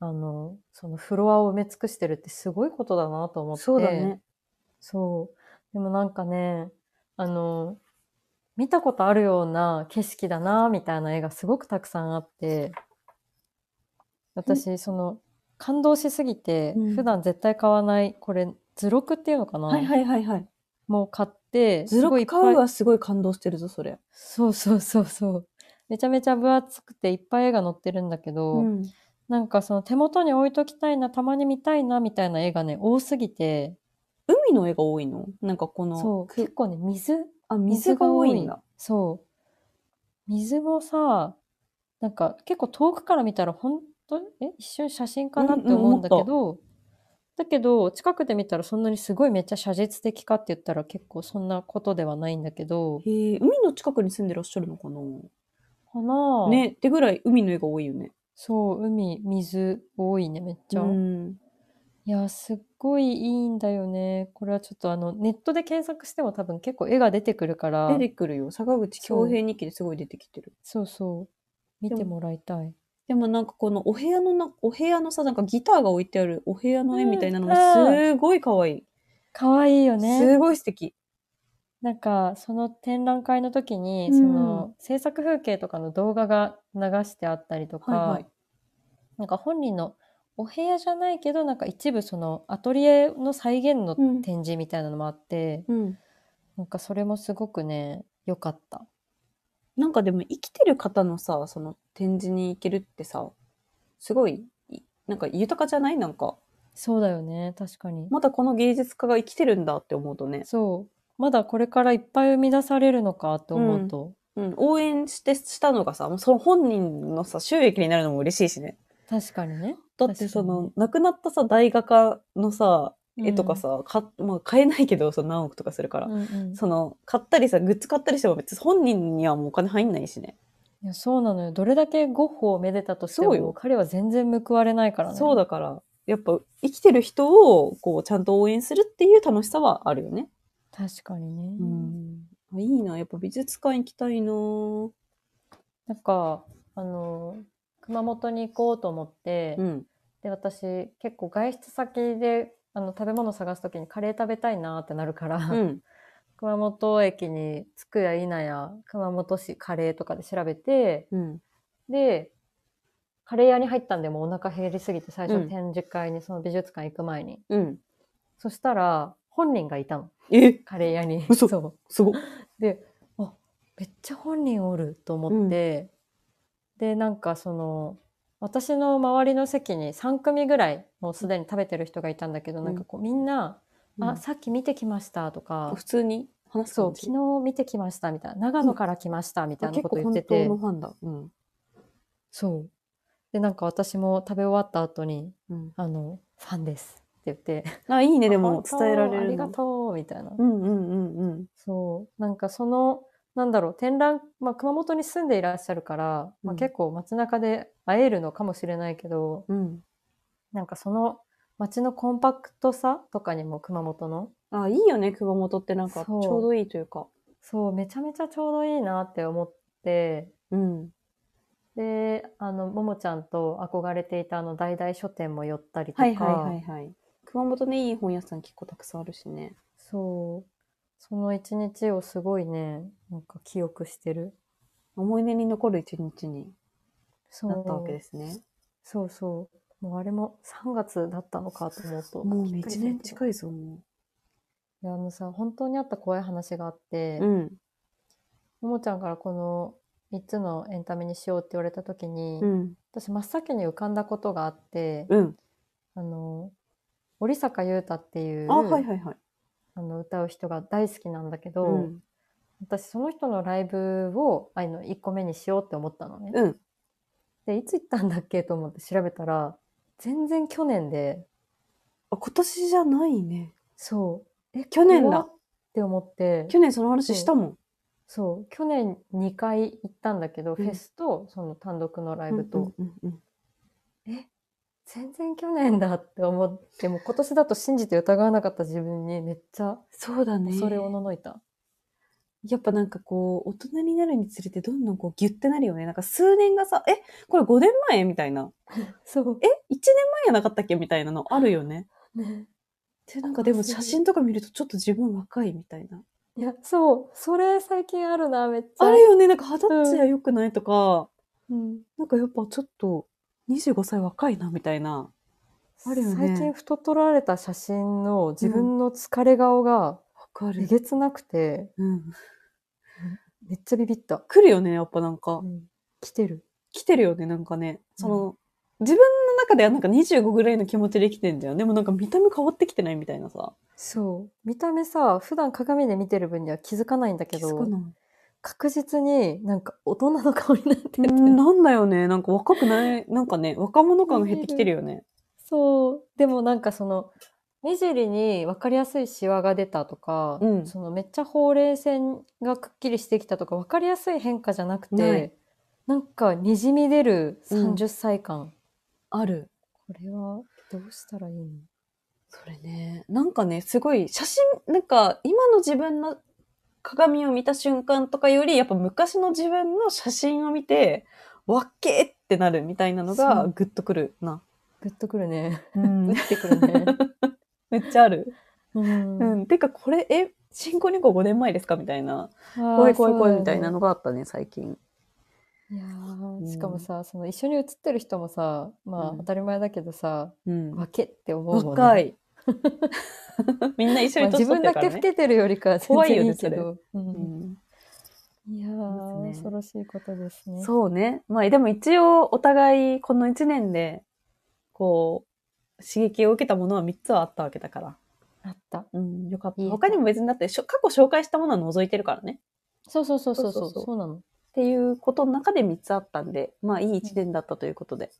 Speaker 2: あのそのフロアを埋め尽くしてるってすごいことだなと思って
Speaker 3: そうだね。
Speaker 2: そうでもなんかねあの見たことあるような景色だなみたいな絵がすごくたくさんあって私その感動しすぎて、
Speaker 3: うん
Speaker 2: 普段絶対買わないこれ図録っていうのかな、
Speaker 3: はいはいはいはい。
Speaker 2: もう買って
Speaker 3: 図
Speaker 2: すごいい
Speaker 3: 録
Speaker 2: っぱ
Speaker 3: 買う
Speaker 2: い
Speaker 3: はすごい感動してるぞ、それ。
Speaker 2: そうそうそうそうめちゃめちゃ分厚くていっぱい絵が載ってるんだけど、
Speaker 3: ん。
Speaker 2: なんかその手元に置いときたいなたまに見たいなみたいな絵がね多すぎて
Speaker 3: 海の絵が多いのなんかこの、
Speaker 2: そう結構ね水
Speaker 3: あ、水が多いんだ。
Speaker 2: そう。水もさ、なんか結構遠くから見たら本当にえ一瞬写真かなって思うんだけ
Speaker 3: うんう
Speaker 2: ど、だけど近くで見たらそんなにすごいめっちゃ写実的かって言ったら結構そんなことではないんだけど、
Speaker 3: へえ、海の近くに住んでらっしゃるのかな
Speaker 2: かなあ
Speaker 3: ね、ってぐらい海の絵が多いよね。
Speaker 2: そう、海、水多いね、めっちゃ。
Speaker 3: うん。
Speaker 2: いや、すっごいいいんだよね。これはちょっとあの、ネットで検索しても多分結構絵が出てくるから、
Speaker 3: 出てくるよ。坂口京平日記ですごい出てきてる。
Speaker 2: そうそう、見てもらいたい。
Speaker 3: でもなんかこのお部屋のな、お部屋のさ、なんかギターが置いてあるお部屋の絵みたいなの
Speaker 2: うん
Speaker 3: がすごい可愛い。
Speaker 2: かわいいよね。
Speaker 3: すごい素敵。
Speaker 2: なんかその展覧会の時に、
Speaker 3: うん
Speaker 2: その制作風景とかの動画が流してあったりとか、
Speaker 3: はいはい。
Speaker 2: なんか本人のお部屋じゃないけどなんか一部そのアトリエの再現の
Speaker 3: うん
Speaker 2: 展示みたいなのもあって、
Speaker 3: うん。
Speaker 2: なんかそれもすごくね良かった。
Speaker 3: なんかでも生きてる方のさ、その展示に行けるってさ、すごい、いなんか豊かじゃないなんか、
Speaker 2: そうだよね確かに、
Speaker 3: まだこの芸術家が生きてるんだって思うとね、
Speaker 2: そうまだこれからいっぱい生み出されるのかと思うと、
Speaker 3: うん、応援してしたのがさ、もうその本人のさ、収益になるのも嬉しいしね。
Speaker 2: 確かにね。
Speaker 3: だってそ
Speaker 2: 確か
Speaker 3: の、亡くなったさ、大画家のさ、
Speaker 2: に
Speaker 3: 絵とか、さ、かまあ、買えないけど、その何億とかするから
Speaker 2: う。んうんうん
Speaker 3: その、買ったりさ、グッズ買ったりしても別に本人にはもうお金入んないしね。
Speaker 2: いやそうなのよどれだけゴッホをめでたとして
Speaker 3: そうよ
Speaker 2: も彼は全然報われないからね
Speaker 3: そうだから、やっぱ生きてる人を、こう、ちゃんと応援するっていう楽しさはあるよね。
Speaker 2: 確かにね、
Speaker 3: うん。あいいな、やっぱ美術館行きたいなぁ
Speaker 2: なんかあの熊本に行こうと思って、
Speaker 3: うん。
Speaker 2: で私結構外出先であの食べ物探す時にカレー食べたいなってなるから、
Speaker 3: うん。
Speaker 2: 熊本駅に着くや否や熊本市カレーとかで調べて
Speaker 3: うん。
Speaker 2: でカレー屋に入ったんでもうお腹減りすぎて最
Speaker 3: うん
Speaker 2: 初展示会にその美術館行く前に、
Speaker 3: うん。
Speaker 2: そしたら本人がいたの
Speaker 3: え、
Speaker 2: カレー屋に
Speaker 3: 嘘
Speaker 2: そう
Speaker 3: すごっ。
Speaker 2: で、あ、めっちゃ本人おると思って、で、なんかその、私の周りの席に3組ぐらいもうすでに食べてる人がいたんだけど、
Speaker 3: うん
Speaker 2: なんかこうみんな、あ、さっき見てきましたと
Speaker 3: あ
Speaker 2: か、
Speaker 3: 普通に話す
Speaker 2: そう
Speaker 3: 感、じ
Speaker 2: 昨日見てきましたみたいな、長野から来ましたみたいなこと言って
Speaker 3: あ
Speaker 2: て
Speaker 3: 結構、本当のファンだ。
Speaker 2: そう。で、なんか私も食べ終わった後に、
Speaker 3: うん。
Speaker 2: あの、ファンですって言って、
Speaker 3: うん。あ、いいね、で
Speaker 2: あ
Speaker 3: も
Speaker 2: 本当
Speaker 3: 伝えられるの。
Speaker 2: ありがとうみたいな。
Speaker 3: うんうんうんうん。
Speaker 2: そう。なんかその、なんだろう、展覧、まあ、熊本に住んでいらっしゃるから、
Speaker 3: う
Speaker 2: まあ、
Speaker 3: ん
Speaker 2: 結構街中で会えるのかもしれないけど、
Speaker 3: うん。
Speaker 2: なんかその街のコンパクトさとかにも熊本の、
Speaker 3: あ、いいよね、熊本ってなんかち
Speaker 2: そう
Speaker 3: ょうどいいというか。
Speaker 2: そう、めちゃめちゃちょうどいいなって思って、
Speaker 3: うん。
Speaker 2: で、あの、ももちゃんと憧れていたあの、大々書店も寄ったりとか、
Speaker 3: はいはいはいはい。熊本ね、いい本屋さん結構たくさんあるしね。
Speaker 2: そう、その一日をすごいね、なんか記憶してる。
Speaker 3: 思い出に残る一日に
Speaker 2: そう。
Speaker 3: なったわけですね。
Speaker 2: そうそう。もうあれも3月だったのかと思うと。
Speaker 3: もう
Speaker 2: びっくり
Speaker 3: 一
Speaker 2: する
Speaker 3: 年近いぞ、も
Speaker 2: いや、あのさ、本当にあった怖い話があって、
Speaker 3: う。うん。
Speaker 2: ももちゃんからこの3つのエンタメにしようって言われた時に、
Speaker 3: うん。
Speaker 2: 私真っ先に浮かんだことがあって、
Speaker 3: うん。
Speaker 2: あの、織坂優太っていう
Speaker 3: あ、はいはいはい。
Speaker 2: あの歌う人が大好きなんだけど、
Speaker 3: うん。
Speaker 2: 私その人のライブをあの1個目にしようって思ったのね。
Speaker 3: うん。
Speaker 2: で、いつ行ったんだっけと思って調べたら、全然去年で、
Speaker 3: あ、今年じゃないね。
Speaker 2: そう。え、
Speaker 3: 去年だ
Speaker 2: 怖っって思って、
Speaker 3: 去年その話したもん。
Speaker 2: そう、去年2回行ったんだけど、フェスとその単独のライブと、
Speaker 3: うんうんうん
Speaker 2: 全然去年だって思って、もう今年だと信じて疑わなかった自分にめっちゃ
Speaker 3: そうだね。
Speaker 2: 恐れおののいた。
Speaker 3: やっぱなんかこう、大人になるにつれてどんどんこうギュってなるよね。なんか数年がさ、え、これ5年前みたいな。
Speaker 2: そう。
Speaker 3: え、1年前やなかったっけみたいなのあるよね。
Speaker 2: ね。
Speaker 3: で、なんかでも
Speaker 2: すごい
Speaker 3: 写真とか見るとちょっと自分若いみたいな。
Speaker 2: いや、そう。それ最近あるな、めっちゃ。
Speaker 3: あるよね。なんか肌ツヤ良くないとか、
Speaker 2: うん。
Speaker 3: なんかやっぱちょっと25歳若いなみたいな。あるよね
Speaker 2: 最近太っ取られた写真の自分の疲れ顔が
Speaker 3: わか
Speaker 2: え。げつなくて、
Speaker 3: うん。
Speaker 2: めっちゃビビった。
Speaker 3: 来るよね、やっぱなんか。
Speaker 2: 来てる。
Speaker 3: 来てるよね、なんかね。その、自分の中ではなんか25ぐらいの気持ちで生きてんだよ。でもなんか見た目変わってきてないみたいなさ。
Speaker 2: そう。見た目さ、普段鏡で見てる分には気づかないんだけ
Speaker 3: 気づか
Speaker 2: ど、
Speaker 3: ない。
Speaker 2: 確実になんか大人の顔になってる。
Speaker 3: うんなんだよね。なんか若くない、なんかね、若者感が減ってきてるよね。
Speaker 2: そう。でもなんかその、目尻に分かりやすいシワが出たとか、
Speaker 3: うん
Speaker 2: そのめっちゃほうれい線がくっきりしてきたとか、分かりやすい変化じゃなくて、
Speaker 3: ない
Speaker 2: なんかにじみ出る
Speaker 3: うん
Speaker 2: 30歳感。
Speaker 3: ある。
Speaker 2: これはどうしたらいいの
Speaker 3: それね。なんかね、すごい、写真、なんか、今の自分の鏡を見た瞬間とかより、やっぱ昔の自分の写真を見て、わっけーってなるみたいなのが
Speaker 2: そう
Speaker 3: グッとくるな。
Speaker 2: グッとくるね。
Speaker 3: うん
Speaker 2: 打ってくるね。
Speaker 3: めっちゃある。
Speaker 2: うん
Speaker 3: う。ん。てか、これ、え、新婚旅行5年前ですかみたいな。
Speaker 2: 怖
Speaker 3: 怖い怖い怖いみたいなのがあったね、最近。
Speaker 2: いやー
Speaker 3: うん
Speaker 2: しかもさ、その一緒に写ってる人もさ、まあ
Speaker 3: うん
Speaker 2: 当たり前だけどさ、
Speaker 3: うん。
Speaker 2: わけって思うもんね。
Speaker 3: 若い。 みんな一緒
Speaker 2: まあ
Speaker 3: に年取
Speaker 2: 自分
Speaker 3: ってる
Speaker 2: だ
Speaker 3: か
Speaker 2: け
Speaker 3: ら
Speaker 2: 老
Speaker 3: ね。
Speaker 2: けてるよりかは全
Speaker 3: 怖いよ
Speaker 2: 然
Speaker 3: ね
Speaker 2: いいけど。う
Speaker 3: うんん
Speaker 2: いやー、
Speaker 3: ですね
Speaker 2: 恐ろしいことですね。
Speaker 3: そうね。まあ、でも一応、お互い、この1年で、こう、刺激を受けたものは3つはあったわけだから。
Speaker 2: あった。
Speaker 3: うん、よかった。
Speaker 2: いい
Speaker 3: 他にも別にだって、しょ過去紹介したものは除いてるからね。
Speaker 2: そうそうそうそ
Speaker 3: そ
Speaker 2: うそうう
Speaker 3: そうそう
Speaker 2: そうなの。
Speaker 3: っていうことの中で3つあったんで、まあ、いい1年だったということで。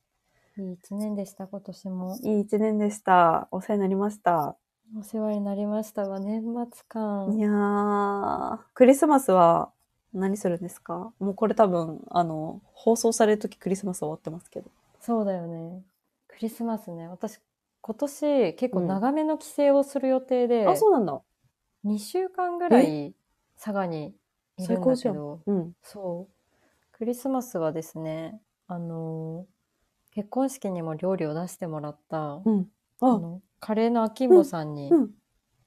Speaker 2: いい一年でした今年も。
Speaker 3: いい1年でした。お世話になりました。
Speaker 2: お世話になりましたわ年末
Speaker 3: い
Speaker 2: 感。
Speaker 3: やー、クリスマスは何するんですかもうこれ多分、あの、放送されるときクリスマス終わってますけど。
Speaker 2: そうだよね。クリスマスね。私今年結構長めの帰省をする予定で、
Speaker 3: あ、そうなんだ。
Speaker 2: 2週間ぐらい佐賀にいるんだけ
Speaker 3: 最
Speaker 2: ど。
Speaker 3: うん。
Speaker 2: そう。クリスマスはですね、あのー結婚式にも料理を出してもらった、
Speaker 3: うん。
Speaker 2: あ
Speaker 3: あ、
Speaker 2: のカレーの秋んぼさんに、
Speaker 3: うん。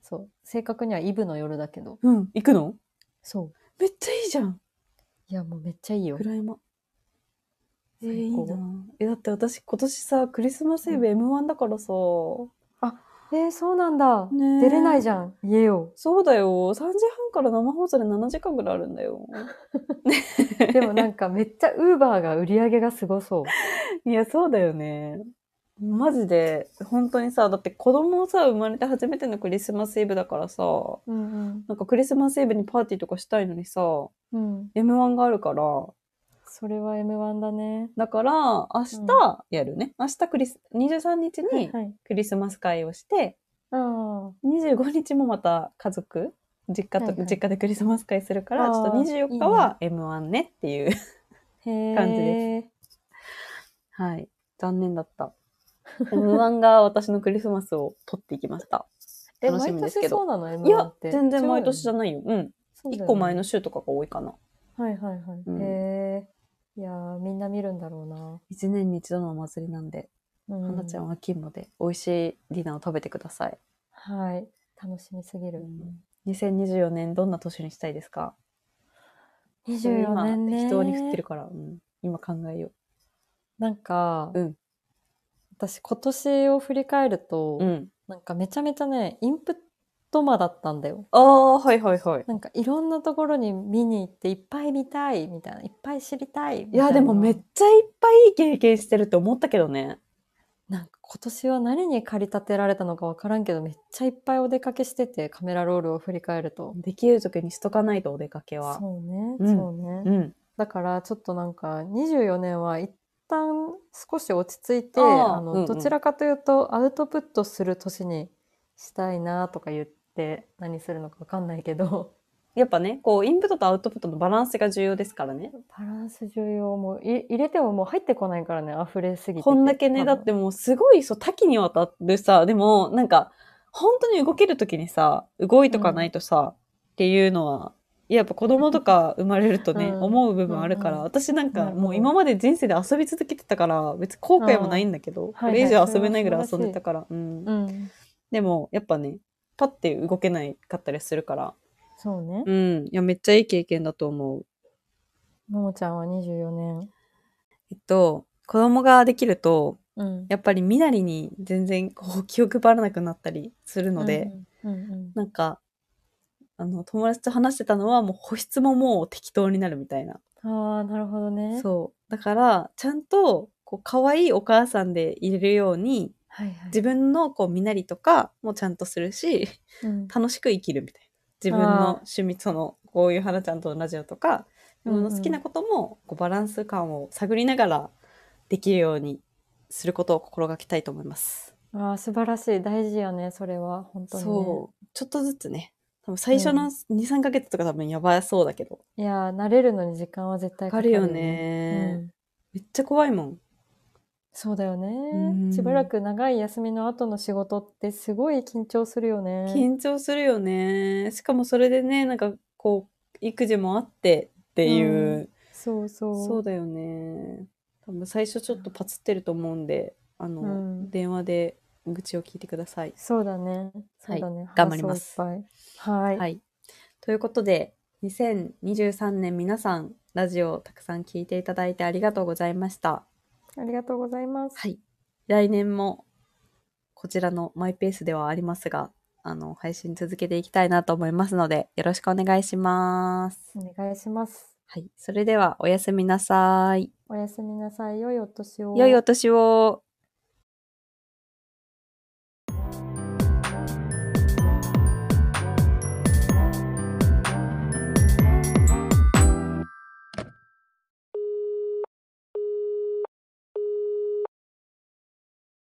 Speaker 2: そう、正確にはイブの夜だけど、
Speaker 3: うん。行くの
Speaker 2: そう。
Speaker 3: めっちゃいいじゃん。
Speaker 2: いや、もうめっちゃいいよ。
Speaker 3: 暗山。えー、い
Speaker 2: 最
Speaker 3: い
Speaker 2: 高
Speaker 3: な。え、だって私今年さ、クリスマスイブ M1 だからさ、
Speaker 2: えー、そうなんだ。
Speaker 3: ねえ
Speaker 2: 出れないじゃん、家を。
Speaker 3: そうだよ。3時半から生放送で7時間ぐらいあるんだよ。
Speaker 2: でもなんかめっちゃウーバーが売り上げがすごそう。
Speaker 3: いや、そうだよね。マジで、本当にさ、だって子供さ、生まれて初めてのクリスマスイブだからさ、
Speaker 2: うん
Speaker 3: なんかクリスマスイブにパーティーとかしたいのにさ、
Speaker 2: うん。うん。
Speaker 3: M1 があるから、
Speaker 2: それは M1 だね。
Speaker 3: だから、明日やるね。明日クリス、23日に
Speaker 2: はい。
Speaker 3: クリスマス会をして、
Speaker 2: あ
Speaker 3: 25日もまた家族実家と、
Speaker 2: はいはい
Speaker 3: 実家でクリスマス会するから
Speaker 2: あー
Speaker 3: ちょっと24日は m 1ねっていう
Speaker 2: あ。へえ。
Speaker 3: 感じではい残念だった m 1が私のクリスマスを取っていきま した
Speaker 2: え、
Speaker 3: 楽しみ
Speaker 2: 毎
Speaker 3: です
Speaker 2: 年
Speaker 3: けど
Speaker 2: そうなの ?M1
Speaker 3: いや
Speaker 2: って。
Speaker 3: 全然毎年じゃ
Speaker 2: な
Speaker 3: ないようん
Speaker 2: い
Speaker 3: 1個前
Speaker 2: の
Speaker 3: の週とかが多いかな
Speaker 2: はいはいはい。
Speaker 3: うん
Speaker 2: へえ。いやー、みんな見るんだろうな。
Speaker 3: 1年に一度のお祭りなんで、
Speaker 2: うん
Speaker 3: 花ちゃんは勤務で美味しいディナーを食べてください、
Speaker 2: はい。楽しみすぎる。
Speaker 3: 2024年どんな年にしたいですか
Speaker 2: 24年
Speaker 3: 今
Speaker 2: ね。
Speaker 3: 適当に振ってるから、うん、今考えよ
Speaker 2: なんか、
Speaker 3: うん
Speaker 2: 私今年を振り返ると、
Speaker 3: ううん
Speaker 2: なんかめちゃめちゃね、インプットマだったんだよ。
Speaker 3: ああはいはいはい
Speaker 2: なんかいろんなところに見に行っていっぱい見たいみたいな、いっぱい知りたいみたいな。
Speaker 3: いや、でもめっちゃいっぱいいい経験してるって思ったけどね。
Speaker 2: なんか今年は何に駆り立てられたのかわからんけど、めっちゃいっぱいお出かけしてて、カメラロールを振り返ると。
Speaker 3: できる時にしとかないとお出かけは。
Speaker 2: そうね、
Speaker 3: うん
Speaker 2: そうね。
Speaker 3: うん。
Speaker 2: だからちょっとなんか24年はい旦少し落ち着いて
Speaker 3: あー
Speaker 2: あの、
Speaker 3: うんうん
Speaker 2: どちらかというとアウトプットする年にしたいなとか言って何するのかわかんないけど
Speaker 3: やっぱね、こう、インプットとアウトプットのバランスが重要ですからね。
Speaker 2: バランス重要もうい入れてももう入ってこないからね溢れすぎてて
Speaker 3: こんだけね、
Speaker 2: 多
Speaker 3: だ
Speaker 2: 分
Speaker 3: ってもうすごい、そう、多岐にわたるさ、でも、なんか、本当に動けるときにさ、動いとかないとさ、っていうのは、やっぱ子供とか生まれるとね、
Speaker 2: うん
Speaker 3: 思う部分あるから、
Speaker 2: うんうん
Speaker 3: 私なんか
Speaker 2: うんうん
Speaker 3: もう今まで人生で遊び続けてたから、別に後悔もないんだけど、こ
Speaker 2: はい
Speaker 3: れ以
Speaker 2: は
Speaker 3: 上
Speaker 2: い
Speaker 3: 遊べないぐらい遊んでたから、うん
Speaker 2: うん
Speaker 3: でも、やっぱね、パッて動けないかったりするから、
Speaker 2: そうね
Speaker 3: うん、いや、めっちゃいい経験だと思う。
Speaker 2: ももちゃんは24年
Speaker 3: えっと、子供ができると、
Speaker 2: うん
Speaker 3: やっぱり身なりに全然こう気を配らなくなったりするので、
Speaker 2: うんうん
Speaker 3: なんか、あの、友達と話してたのはもう保湿ももう適当になるみたいな。
Speaker 2: ああなるほどね
Speaker 3: そう。だから、ちゃんと、こう、可愛いお母さんでいれるように、
Speaker 2: はいはい
Speaker 3: 自分のこう、身なりとかもちゃんとするし、
Speaker 2: うん
Speaker 3: 楽しく生きるみたいな。自分
Speaker 2: あ
Speaker 3: の
Speaker 2: ー
Speaker 3: 趣味、その、こういう花ちゃんとのラジオとか、
Speaker 2: うんうん
Speaker 3: 自分の好きなことも、こう、バランス感を探りながらできるようにすることを心がけたいと思います。
Speaker 2: ああ素晴らしい大事やねそれは本当にね、
Speaker 3: そう。ちょっとずつね。多分最初の2、3ヶ月とか多分やばそうだけど。
Speaker 2: いやー慣れるのに時間は絶対
Speaker 3: わ
Speaker 2: か
Speaker 3: か
Speaker 2: か
Speaker 3: る
Speaker 2: る
Speaker 3: よ
Speaker 2: う
Speaker 3: ね、
Speaker 2: ん、
Speaker 3: めっちゃ怖いもん。
Speaker 2: そうだよ
Speaker 3: ん
Speaker 2: ねしばらく長い休みの後の仕事ってすごい緊張するよね
Speaker 3: 緊張するよね。しかもそれでね、なんかこう、育児もあってっていう。
Speaker 2: そうそう
Speaker 3: そうだよね。多分最初ちょっとパツってると思うんで、あの、
Speaker 2: うん
Speaker 3: 電話で愚痴を聞いてください。
Speaker 2: そうだねそうだね、
Speaker 3: 頑張ります
Speaker 2: 話そういっぱいはい、
Speaker 3: はい。ということで、2023年皆さん、ラジオをたくさん聞いていただいてありがとうございました。
Speaker 2: ありがとうございます
Speaker 3: はい。来年も、こちらのマイペースではありますが、あの、配信続けていきたいなと思いますので、よろしくお願いします。
Speaker 2: お願いします
Speaker 3: はい。それでは、おやすみなさい。
Speaker 2: おやすみなさい良いお年を
Speaker 3: 良いお年を。